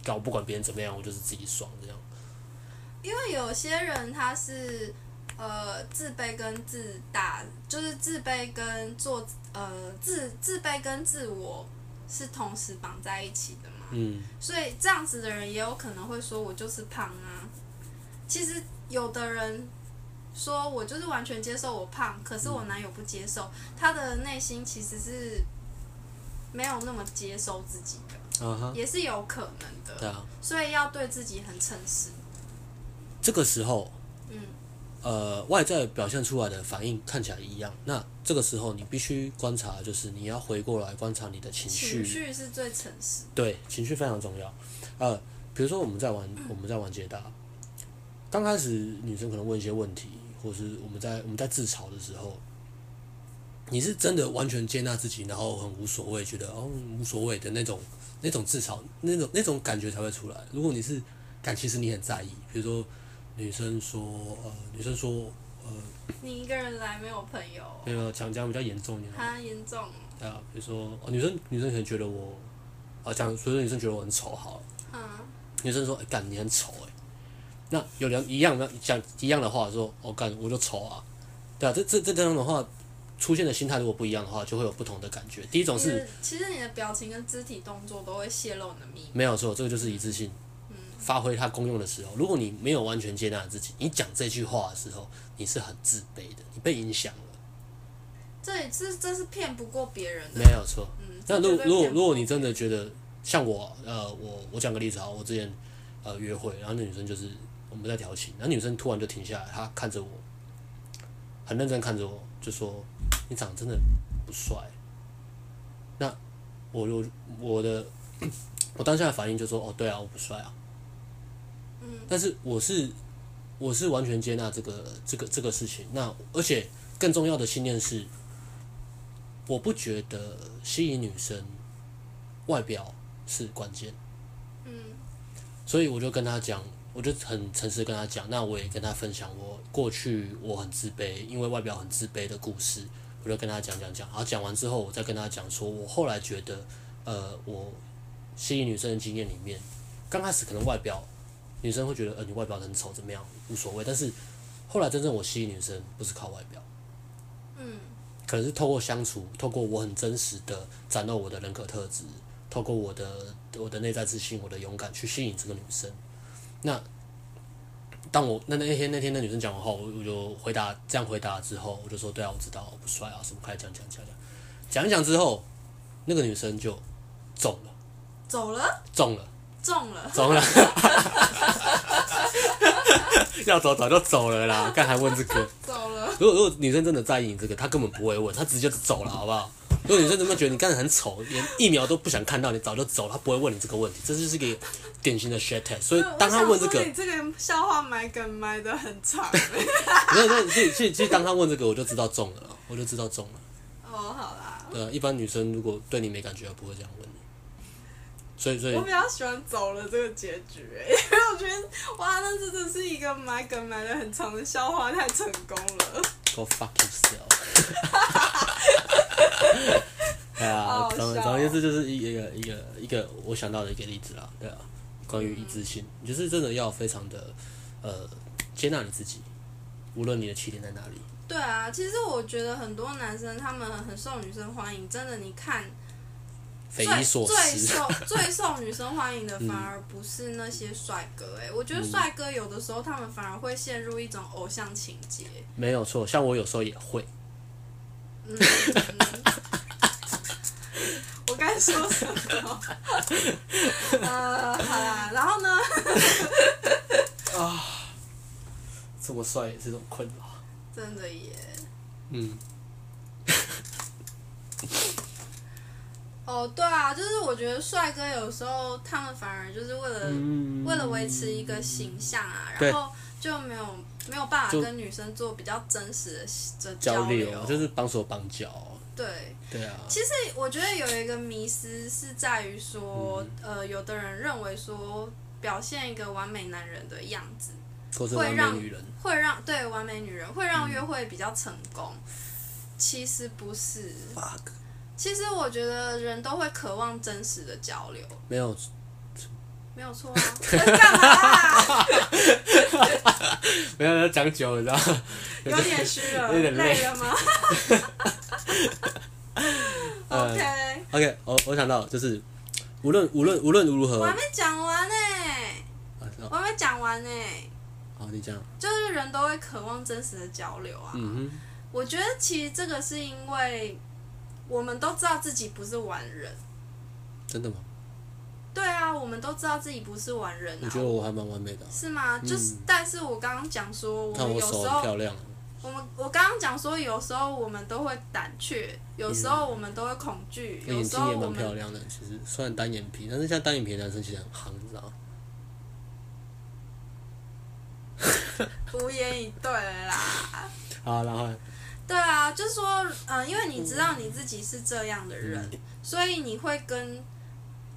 [SPEAKER 1] 搞不管别人怎么样，我就是自己爽这样。
[SPEAKER 2] 因为有些人他是呃自卑跟自大，就是自卑跟做呃自自卑跟自我是同时绑在一起的嘛，
[SPEAKER 1] 嗯，
[SPEAKER 2] 所以这样子的人也有可能会说我就是胖啊。其实有的人说我就是完全接受我胖，可是我男友不接受，他的内心其实是没有那么接受自己的，
[SPEAKER 1] 啊哈，
[SPEAKER 2] 也是有可能的，
[SPEAKER 1] 对啊，
[SPEAKER 2] 所以要对自己很诚实。
[SPEAKER 1] 这个时候
[SPEAKER 2] 嗯，
[SPEAKER 1] 呃，外在表现出来的反应看起来一样，那这个时候你必须观察，就是你要回过来观察你的情绪，
[SPEAKER 2] 情绪是最诚实的。
[SPEAKER 1] 对，情绪非常重要。呃，比如说我们在玩我们在玩解答，刚开始女生可能问一些问题，或是我们在我们在自嘲的时候，你是真的完全接纳自己，然后很无所谓，觉得哦无所谓的那种那种自嘲那种那种感觉才会出来。如果你是感，其实你很在意，比如说女生说呃女生说呃
[SPEAKER 2] 你一个人来没有朋友，
[SPEAKER 1] 没有讲讲比较严重一点好了，
[SPEAKER 2] 他严重哦
[SPEAKER 1] 对啊，比如说、哦、女生女生可能觉得我啊讲，所以说女生觉得我很丑好了。
[SPEAKER 2] 嗯，
[SPEAKER 1] 女生说：“哎、干，你很丑哎、那有两一样的讲一样的话说：“哦，干，我就丑啊。”对啊，这这这这样的话，出现的心态如果不一样的话，就会有不同的感觉。第一种
[SPEAKER 2] 你
[SPEAKER 1] 是
[SPEAKER 2] 的其实你的表情跟肢体动作都会泄露你的秘密。
[SPEAKER 1] 没有错，这个就是一致性，发挥它功用的时候，如果你没有完全接纳自己，你讲这句话的时候，你是很自卑的，你被影响了，
[SPEAKER 2] 这也是这是骗不过别人的
[SPEAKER 1] 没。有错。
[SPEAKER 2] 嗯，
[SPEAKER 1] 那
[SPEAKER 2] 这
[SPEAKER 1] 如
[SPEAKER 2] 绝对
[SPEAKER 1] 如果
[SPEAKER 2] 骗不
[SPEAKER 1] 如
[SPEAKER 2] 过
[SPEAKER 1] 果你真的觉得像我，呃，我我讲个例子啊，我之前呃约会，然后那女生就是我们在调情，然后女生突然就停下来，她看着我，很认真看着我，就说：“你长得真的不帅。”那我就我的我当下的反应就说：“哦，对啊，我不帅啊。”
[SPEAKER 2] 嗯，
[SPEAKER 1] 但是我是我是完全接纳这个这个这个事情。那而且更重要的信念是，我不觉得吸引女生外表是关键，
[SPEAKER 2] 嗯
[SPEAKER 1] 所以我就跟他讲，我就很诚实地跟他讲，那我也跟他分享我过去我很自卑，因为外表很自卑的故事，我就跟他讲讲讲，然后讲完之后，我再跟他讲说，我后来觉得，呃，我吸引女生的经验里面，刚开始可能外表女生会觉得，呃，你外表很丑怎么样无所谓，但是后来真正我吸引女生不是靠外表。
[SPEAKER 2] 嗯
[SPEAKER 1] 可能是透过相处，透过我很真实的展露我的人格特质，透过我的我的内在自信、我的勇敢去吸引这个女生。那当我那那天那天那女生讲完后，我我就回答这样回答之后，我就说对啊，我知道我不帅啊，什么开始讲讲讲讲讲一讲之后，那个女生就中了，
[SPEAKER 2] 走了，
[SPEAKER 1] 中了，
[SPEAKER 2] 中了，
[SPEAKER 1] 中了，要走早就走了啦，干还问这个。
[SPEAKER 2] 走 了，
[SPEAKER 1] 如果如果女生真的在意你这个，她根本不会问，她直接就走了，好不好？如果女生真的觉得你干得很丑，连一秒都不想看到你，早就走了，她不会问你这个问题。这就是一个典型的 shit test。所以
[SPEAKER 2] 啊
[SPEAKER 1] 当她问这
[SPEAKER 2] 我想
[SPEAKER 1] 个
[SPEAKER 2] 说，你这个笑话埋梗埋的很 长。
[SPEAKER 1] 没有没有，所以所以所以当她问这个，我就知道中了啦，我就知道中了。
[SPEAKER 2] 哦，好啦，
[SPEAKER 1] 呃，一般女生如果对你没感觉，不会这样问你。所以所以
[SPEAKER 2] 我比较喜欢走了这个结局、欸，因为我觉得哇，那真的是一个埋梗埋的很长的笑话，太成功了。
[SPEAKER 1] go fuck yourself。对啊
[SPEAKER 2] 好，好
[SPEAKER 1] 总
[SPEAKER 2] 笑哦
[SPEAKER 1] 总而言之就是一个一个一个我想到的一个例子啦，对啊，关于一致性，
[SPEAKER 2] 嗯
[SPEAKER 1] 你就是真的要非常的呃接纳你自己，无论你的起点在哪里，
[SPEAKER 2] 对啊，其实我觉得很多男生他们很受女生欢迎，真的，你看
[SPEAKER 1] 匪
[SPEAKER 2] 最
[SPEAKER 1] 夷所
[SPEAKER 2] 最
[SPEAKER 1] 思。嗯
[SPEAKER 2] 受最受女生欢迎的，反而不是那些帅哥、欸，哎，我觉得帅哥有的时候他们反而会陷入一种偶像情节。
[SPEAKER 1] 没有错，像我有时候也会，
[SPEAKER 2] 嗯，我该说什么？ 呃，好啦，然后呢？
[SPEAKER 1] 这么帅也是种困扰。
[SPEAKER 2] 真的耶。
[SPEAKER 1] 嗯，
[SPEAKER 2] 哦，对啊，就是我觉得帅哥有时候他们反而就是为
[SPEAKER 1] 嗯
[SPEAKER 2] 了、为了维持一个形象啊，
[SPEAKER 1] 对
[SPEAKER 2] 然后就没有没有办法
[SPEAKER 1] 就
[SPEAKER 2] 跟女生做比较真实的这
[SPEAKER 1] 交
[SPEAKER 2] 流。
[SPEAKER 1] 流哦就是绑手绑脚，
[SPEAKER 2] 对，
[SPEAKER 1] 对啊，
[SPEAKER 2] 其实我觉得有一个迷思是在于说，
[SPEAKER 1] 嗯
[SPEAKER 2] 呃，有的人认为说表现一个完美男人的样子，
[SPEAKER 1] 说真
[SPEAKER 2] 会
[SPEAKER 1] 完
[SPEAKER 2] 让
[SPEAKER 1] 美女人，
[SPEAKER 2] 会让对完美女人会
[SPEAKER 1] 嗯
[SPEAKER 2] 让约会比较成功，其实不是。
[SPEAKER 1] fuck，
[SPEAKER 2] 其实我觉得人都会渴望真实的交流，
[SPEAKER 1] 没有
[SPEAKER 2] 没 有错啊。干嘛啊？
[SPEAKER 1] 没有要讲久了，你知道吗。
[SPEAKER 2] 有点虚了，
[SPEAKER 1] 有点嗯累
[SPEAKER 2] 累了吗 ？OK，
[SPEAKER 1] OK，我我想到就是，无论无论无论如何，
[SPEAKER 2] 我还
[SPEAKER 1] 啊，
[SPEAKER 2] 没讲完呢、
[SPEAKER 1] 哦
[SPEAKER 2] 我还没讲完呢、
[SPEAKER 1] 好，你讲，
[SPEAKER 2] 就是人都会渴望真实的交流啊。
[SPEAKER 1] 嗯
[SPEAKER 2] 我觉得其实这个是因为我们都知道自己不是完人，
[SPEAKER 1] 哼，真的吗？
[SPEAKER 2] 对啊，我们都知道自己不是完人
[SPEAKER 1] 我
[SPEAKER 2] 啊
[SPEAKER 1] 觉。得我还蛮完美的啊、
[SPEAKER 2] 是吗？就是，但是我刚刚讲说，我
[SPEAKER 1] 看
[SPEAKER 2] 们
[SPEAKER 1] 我
[SPEAKER 2] 有
[SPEAKER 1] 手很
[SPEAKER 2] 时候
[SPEAKER 1] 漂亮，啊
[SPEAKER 2] 我们我刚刚讲说，有时候我们都会胆怯，有时候我们都会恐惧，
[SPEAKER 1] 我
[SPEAKER 2] 有
[SPEAKER 1] 眼
[SPEAKER 2] 时
[SPEAKER 1] 睛
[SPEAKER 2] 候
[SPEAKER 1] 也
[SPEAKER 2] 我
[SPEAKER 1] 蛮漂
[SPEAKER 2] 们
[SPEAKER 1] 亮的。其实虽然单眼皮，但是像单眼皮的男生其实很夯，你知道吗？
[SPEAKER 2] 无言以对了啦。
[SPEAKER 1] 好，然后呢
[SPEAKER 2] 对啊，就是说，嗯、因为你知道你自己是这样的人，所以你会跟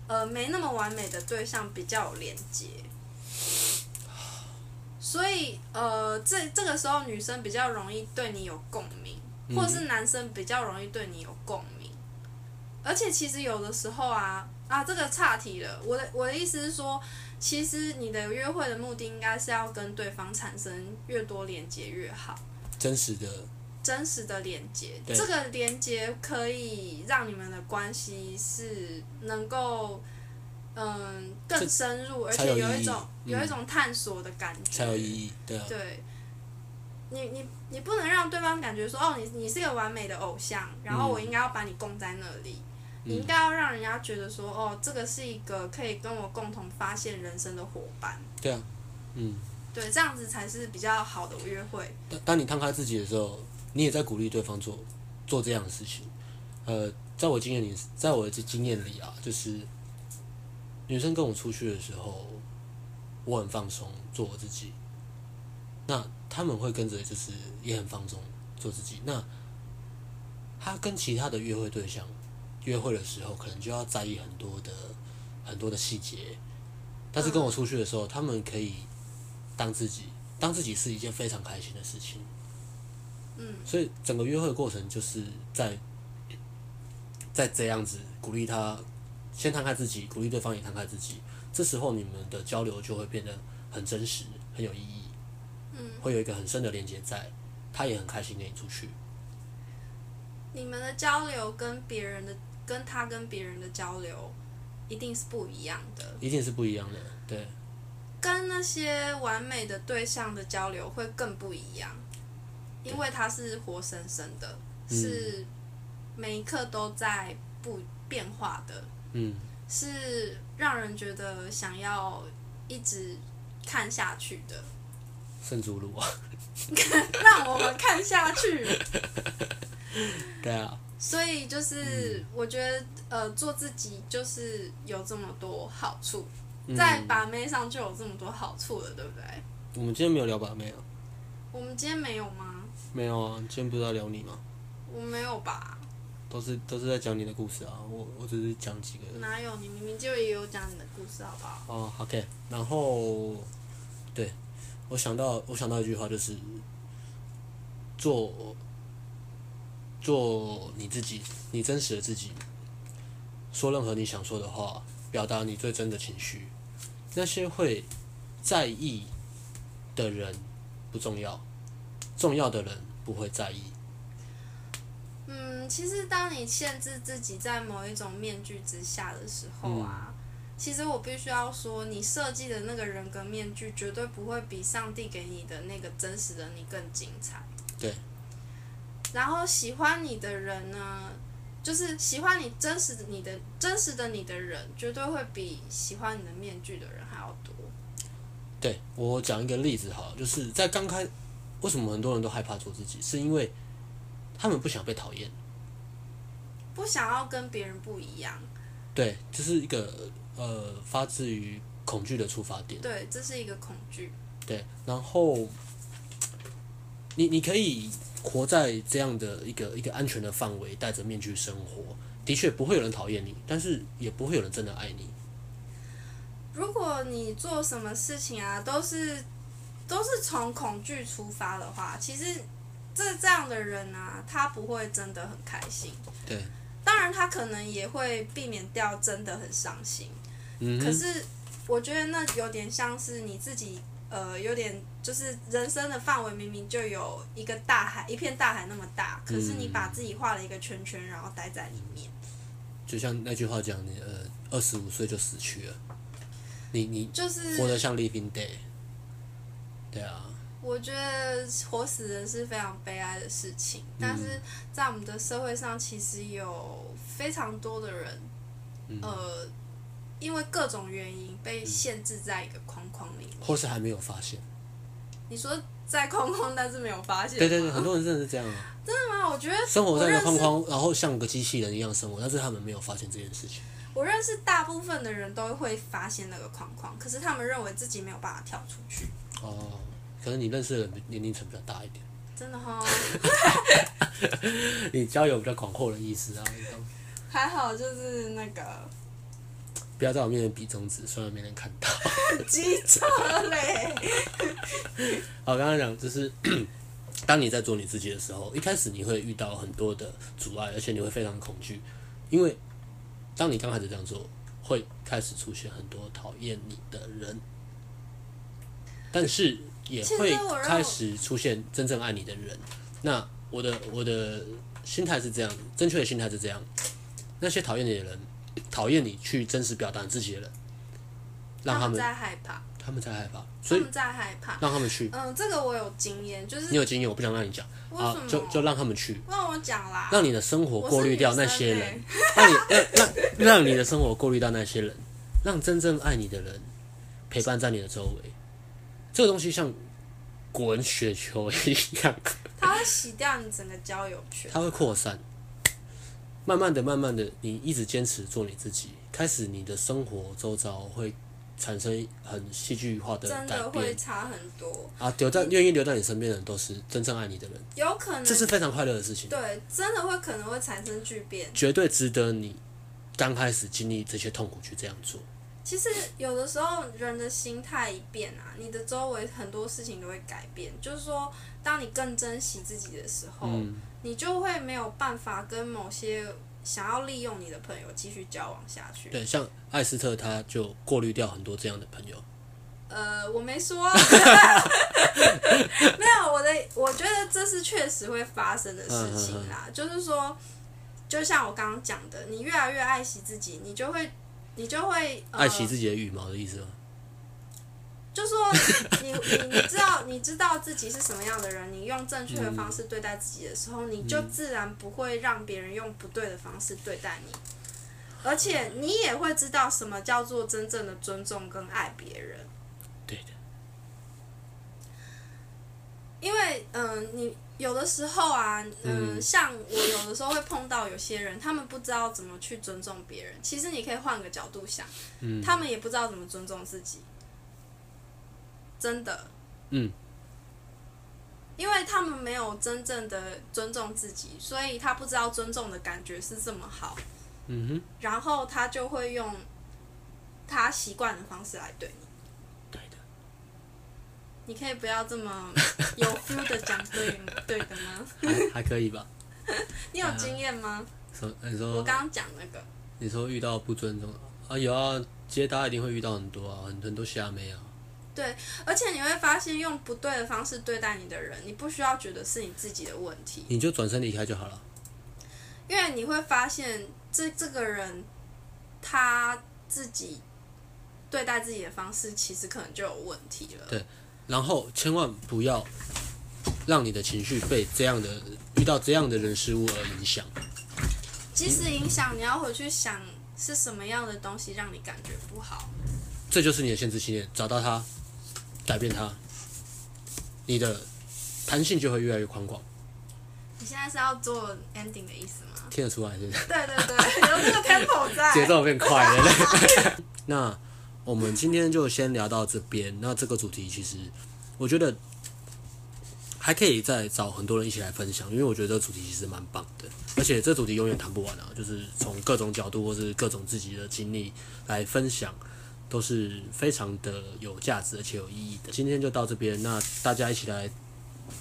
[SPEAKER 2] 呃没那么完美的对象比较有连接。所以，呃，这这个时候女生比较容易对你有共鸣，或者是男生比较容易对你有共鸣。而且，其实有的时候啊啊，这个岔题了。我的我的意思是说，其实你的约会的目的应该是要跟对方产生越多连接越好。
[SPEAKER 1] 真实的
[SPEAKER 2] 真实的连接，
[SPEAKER 1] 对
[SPEAKER 2] 这个连接可以让你们的关系是能够，嗯，
[SPEAKER 1] 这
[SPEAKER 2] 更深入，而
[SPEAKER 1] 才
[SPEAKER 2] 且
[SPEAKER 1] 有
[SPEAKER 2] 有
[SPEAKER 1] 意
[SPEAKER 2] 一
[SPEAKER 1] 义
[SPEAKER 2] 种
[SPEAKER 1] 嗯
[SPEAKER 2] 有一种探索的感觉，
[SPEAKER 1] 才有意。义，对啊，
[SPEAKER 2] 对，你你你不能让对方感觉说，哦，你你是个完美的偶像，然后
[SPEAKER 1] 嗯
[SPEAKER 2] 我应该要把你供在那里。你
[SPEAKER 1] 嗯
[SPEAKER 2] 应该要让人家觉得说，哦，这个是一个可以跟我共同发现人生的伙伴，
[SPEAKER 1] 对啊，嗯。
[SPEAKER 2] 对，这样子才是比较好的约会。
[SPEAKER 1] 当当你摊开自己的时候，你也在鼓励对方做做这样的事情。呃，在我经验里，在我的经验里啊，就是女生跟我出去的时候，我很放松做我自己，那他们会跟着就是也很放松做自己。那他跟其他的约会对象约会的时候，可能就要在意很多的很多的细节，但是跟我出去的时候，他们可以当自己，当自己是一件非常开心的事情。
[SPEAKER 2] 嗯，
[SPEAKER 1] 所以整个约会过程就是在在这样子鼓励他先摊开自己，鼓励对方也摊开自己。这时候你们的交流就会变得很真实，很有意义。
[SPEAKER 2] 嗯，
[SPEAKER 1] 会有一个很深的连接在，他也很开心跟你出去。
[SPEAKER 2] 你们的交流跟别人的，跟他跟别人的交流，一定是不一样的，
[SPEAKER 1] 一定是不一样的。对，
[SPEAKER 2] 跟那些完美的对象的交流会更不一样，因为它是活生生的，
[SPEAKER 1] 嗯
[SPEAKER 2] 是每一刻都在不变化的，
[SPEAKER 1] 嗯，
[SPEAKER 2] 是让人觉得想要一直看下去的，
[SPEAKER 1] 圣祖鲁啊，
[SPEAKER 2] 让我们看下去。
[SPEAKER 1] 对啊，
[SPEAKER 2] 所以就是我觉得，呃，做自己就是有这么多好处，
[SPEAKER 1] 嗯
[SPEAKER 2] 在把妹上就有这么多好处了，对不对？
[SPEAKER 1] 我们今天没有聊把妹啊，
[SPEAKER 2] 我们今天没有吗？
[SPEAKER 1] 没有啊，今天不是要聊你吗？
[SPEAKER 2] 我没有吧？
[SPEAKER 1] 都是都是在讲你的故事啊，我我只是讲几个。
[SPEAKER 2] 哪有？你明明就也有讲你的故事，好不好？
[SPEAKER 1] 哦，OK，然后对我想到我想到一句话就是做做你自己，你真实的自己，说任何你想说的话，表达你最真的情绪。那些会在意的人不重要，重要的人不会在意。
[SPEAKER 2] 嗯，其实当你限制自己在某一种面具之下的时候啊，其实我必须要说，你设计的那个人格面具绝对不会比上帝给你的那个真实的你更精彩。
[SPEAKER 1] 对。
[SPEAKER 2] 然后喜欢你的人呢，就是喜欢你真实的你的真实的你的人，绝对会比喜欢你的面具的人还要多。
[SPEAKER 1] 对我讲一个例子好了，就是在刚开，为什么很多人都害怕做自己，是因为他们不想被讨厌。
[SPEAKER 2] 不想要跟别人不一样，
[SPEAKER 1] 对，就是一个呃发自于恐惧的出发点。
[SPEAKER 2] 对，这是一个恐惧。
[SPEAKER 1] 对，然后你你可以活在这样的一个一个安全的范围，戴着面具生活，的确不会有人讨厌你，但是也不会有人真的爱你。
[SPEAKER 2] 如果你做什么事情啊，都是都是从恐惧出发的话，其实这这样的人啊，他不会真的很开心。
[SPEAKER 1] 对，
[SPEAKER 2] 当然，他可能也会避免掉真的很伤心。
[SPEAKER 1] 嗯
[SPEAKER 2] 可
[SPEAKER 1] 哼，
[SPEAKER 2] 是我觉得那有点像是你自己，呃，有点就是人生的范围明明就有一个大海，一片大海那么大，可是
[SPEAKER 1] 嗯
[SPEAKER 2] 你把自己画了一个圈圈，然后待在里面。
[SPEAKER 1] 就像那句话讲，你呃二十五岁就死去了，你你
[SPEAKER 2] 就是
[SPEAKER 1] 活得像 Living Day。对啊，
[SPEAKER 2] 我觉得活死人是非常悲哀的事情，
[SPEAKER 1] 嗯
[SPEAKER 2] 但是在我们的社会上，其实有非常多的人，
[SPEAKER 1] 嗯
[SPEAKER 2] 呃，因为各种原因被限制在一个框框里面。
[SPEAKER 1] 或是还没有发现。
[SPEAKER 2] 你说在框框，但是没有发现吗？
[SPEAKER 1] 对对对，很多人真的是这样啊，
[SPEAKER 2] 真的吗？我觉得
[SPEAKER 1] 生活
[SPEAKER 2] 我
[SPEAKER 1] 在一
[SPEAKER 2] 认
[SPEAKER 1] 个
[SPEAKER 2] 识
[SPEAKER 1] 框框，然后像个机器人一样生活，但是他们没有发现这件事情。
[SPEAKER 2] 我认识大部分的人都会发现那个框框，可是他们认为自己没有办法跳出去。
[SPEAKER 1] 哦，可能你认识的人比年龄层比较大一点，
[SPEAKER 2] 真 的哈、
[SPEAKER 1] 你交友比较广阔的意思啊。你懂
[SPEAKER 2] 还好就是那个
[SPEAKER 1] 不要在我面前比中指，虽然没人看到。
[SPEAKER 2] 机车嘞。
[SPEAKER 1] 好，刚刚讲就是 当你在做你自己的时候，一开始你会遇到很多的阻碍，而且你会非常恐惧，因为当你刚开始这样做，会开始出现很多讨厌你的人，但是也会
[SPEAKER 2] 其实我认为
[SPEAKER 1] 开始出现真正爱你的人。那我的我的心态是这样，正确的心态是这样：那些讨厌你的人，讨厌你去真实表达你自己的人，让他们
[SPEAKER 2] 在害怕，
[SPEAKER 1] 他们才害怕，
[SPEAKER 2] 他
[SPEAKER 1] 所以
[SPEAKER 2] 们在害怕。
[SPEAKER 1] 让他们去。
[SPEAKER 2] 嗯，这个我有经验，就是
[SPEAKER 1] 你有经验，我不想让你讲
[SPEAKER 2] 为
[SPEAKER 1] 啊
[SPEAKER 2] 什，么？
[SPEAKER 1] 就就让他们去，
[SPEAKER 2] 让我讲啦。
[SPEAKER 1] 让你的生活
[SPEAKER 2] 我
[SPEAKER 1] 过
[SPEAKER 2] 是
[SPEAKER 1] 滤
[SPEAKER 2] 女
[SPEAKER 1] 掉那
[SPEAKER 2] 生
[SPEAKER 1] 些
[SPEAKER 2] 欸
[SPEAKER 1] 人，让你让让让你的生活过滤掉那些人，让真正爱你的人陪伴在你的周围。这个东西像滚雪球一样，
[SPEAKER 2] 它会洗掉你整个交友圈。
[SPEAKER 1] 它会扩散。慢慢的，慢慢的，你一直坚持做你自己，开始你的生活周遭会产生很戏剧化的
[SPEAKER 2] 真
[SPEAKER 1] 改
[SPEAKER 2] 的会
[SPEAKER 1] 变
[SPEAKER 2] 差很多，
[SPEAKER 1] 啊！留在愿意留在你身边的人都是真正爱你的人，
[SPEAKER 2] 有可能
[SPEAKER 1] 这是非常快乐的事情。
[SPEAKER 2] 对，真的会可能会产生巨变。
[SPEAKER 1] 绝对值得你刚开始经历这些痛苦去这样做。
[SPEAKER 2] 其实有的时候人的心态一变啊，你的周围很多事情都会改变。就是说，当你更珍惜自己的时候，
[SPEAKER 1] 嗯
[SPEAKER 2] 你就会没有办法跟某些想要利用你的朋友继续交往下去。
[SPEAKER 1] 对，像艾斯特他就过滤掉很多这样的朋友。
[SPEAKER 2] 呃，我 没说，没有我的，我觉得这是确实会发生的事情
[SPEAKER 1] 嗯
[SPEAKER 2] 啦。就是说，就像我刚刚讲的，你越来越爱惜自己，你就会你就会、呃、
[SPEAKER 1] 爱惜自己的羽毛的意思吗？
[SPEAKER 2] 就说你 你你知道你知道自己是什么样的人，你用正确的方式对待自己的时候，你就自然不会让别人用不对的方式对待
[SPEAKER 1] 嗯
[SPEAKER 2] 你，而且你也会知道什么叫做真正的尊重跟爱别人。
[SPEAKER 1] 对的，
[SPEAKER 2] 因为嗯、呃你有的时候啊，嗯，像我有的时候会碰到有些人，他们不知道怎么去尊重别人。其实你可以换个角度想，
[SPEAKER 1] 嗯
[SPEAKER 2] 他们也不知道怎么尊重自己，真的，
[SPEAKER 1] 嗯，
[SPEAKER 2] 因为他们没有真正的尊重自己，所以他不知道尊重的感觉是这么好，
[SPEAKER 1] 嗯哼，
[SPEAKER 2] 然后他就会用他习惯的方式来对你。
[SPEAKER 1] 对的，
[SPEAKER 2] 你可以不要这么有 feel 的讲对 对的吗？
[SPEAKER 1] 还还可以吧。
[SPEAKER 2] 你有经验吗？
[SPEAKER 1] 说你
[SPEAKER 2] 我
[SPEAKER 1] 说
[SPEAKER 2] 刚刚讲那个，
[SPEAKER 1] 你说遇到不尊重啊，有啊，接搭一定会遇到很多啊，很很多虾妹啊，
[SPEAKER 2] 而且你会发现，用不对的方式对待你的人，你不需要觉得是你自己的问题，
[SPEAKER 1] 你就转身离开就好了。
[SPEAKER 2] 因为你会发现这这个人他自己对待自己的方式，其实可能就有问题了。
[SPEAKER 1] 然后千万不要让你的情绪被这样的遇到这样的人事物而影响。
[SPEAKER 2] 即使影响，你要回去想是什么样的东西让你感觉不好。
[SPEAKER 1] 这就是你的限制信念，找到它，改变它，你的弹性就会越来越宽广。
[SPEAKER 2] 你现在是要做 ending 的意思 吗？
[SPEAKER 1] 听得出来是不是？
[SPEAKER 2] 对对对，有这个 tempo 在。
[SPEAKER 1] 节奏变快了。 对那我们今天就先聊到这边。那这个主题其实我觉得还可以再找很多人一起来分享，因为我觉得这个主题其实蛮棒的，而且这主题永远谈不完啊，就是从各种角度或是各种自己的经历来分享。都是非常的有价值而且有意义的。今天就到这边，那大家一起来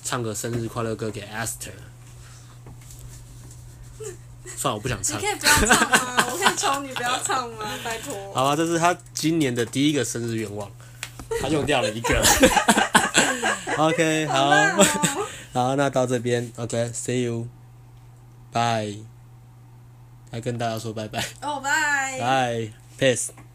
[SPEAKER 1] 唱个生日快乐歌给 Aster。算了，我不想
[SPEAKER 2] 你
[SPEAKER 1] 唱
[SPEAKER 2] 可。以不要唱吗？我可以求你不要唱吗？拜托。
[SPEAKER 1] 好吧，这是他今年的第一个生日愿望，他用掉了一 个。OK，好
[SPEAKER 2] 烂哦
[SPEAKER 1] 好，那到这边，OK，See、you，bye，来跟大家说拜拜，
[SPEAKER 2] 哦，拜。
[SPEAKER 1] 拜，peace。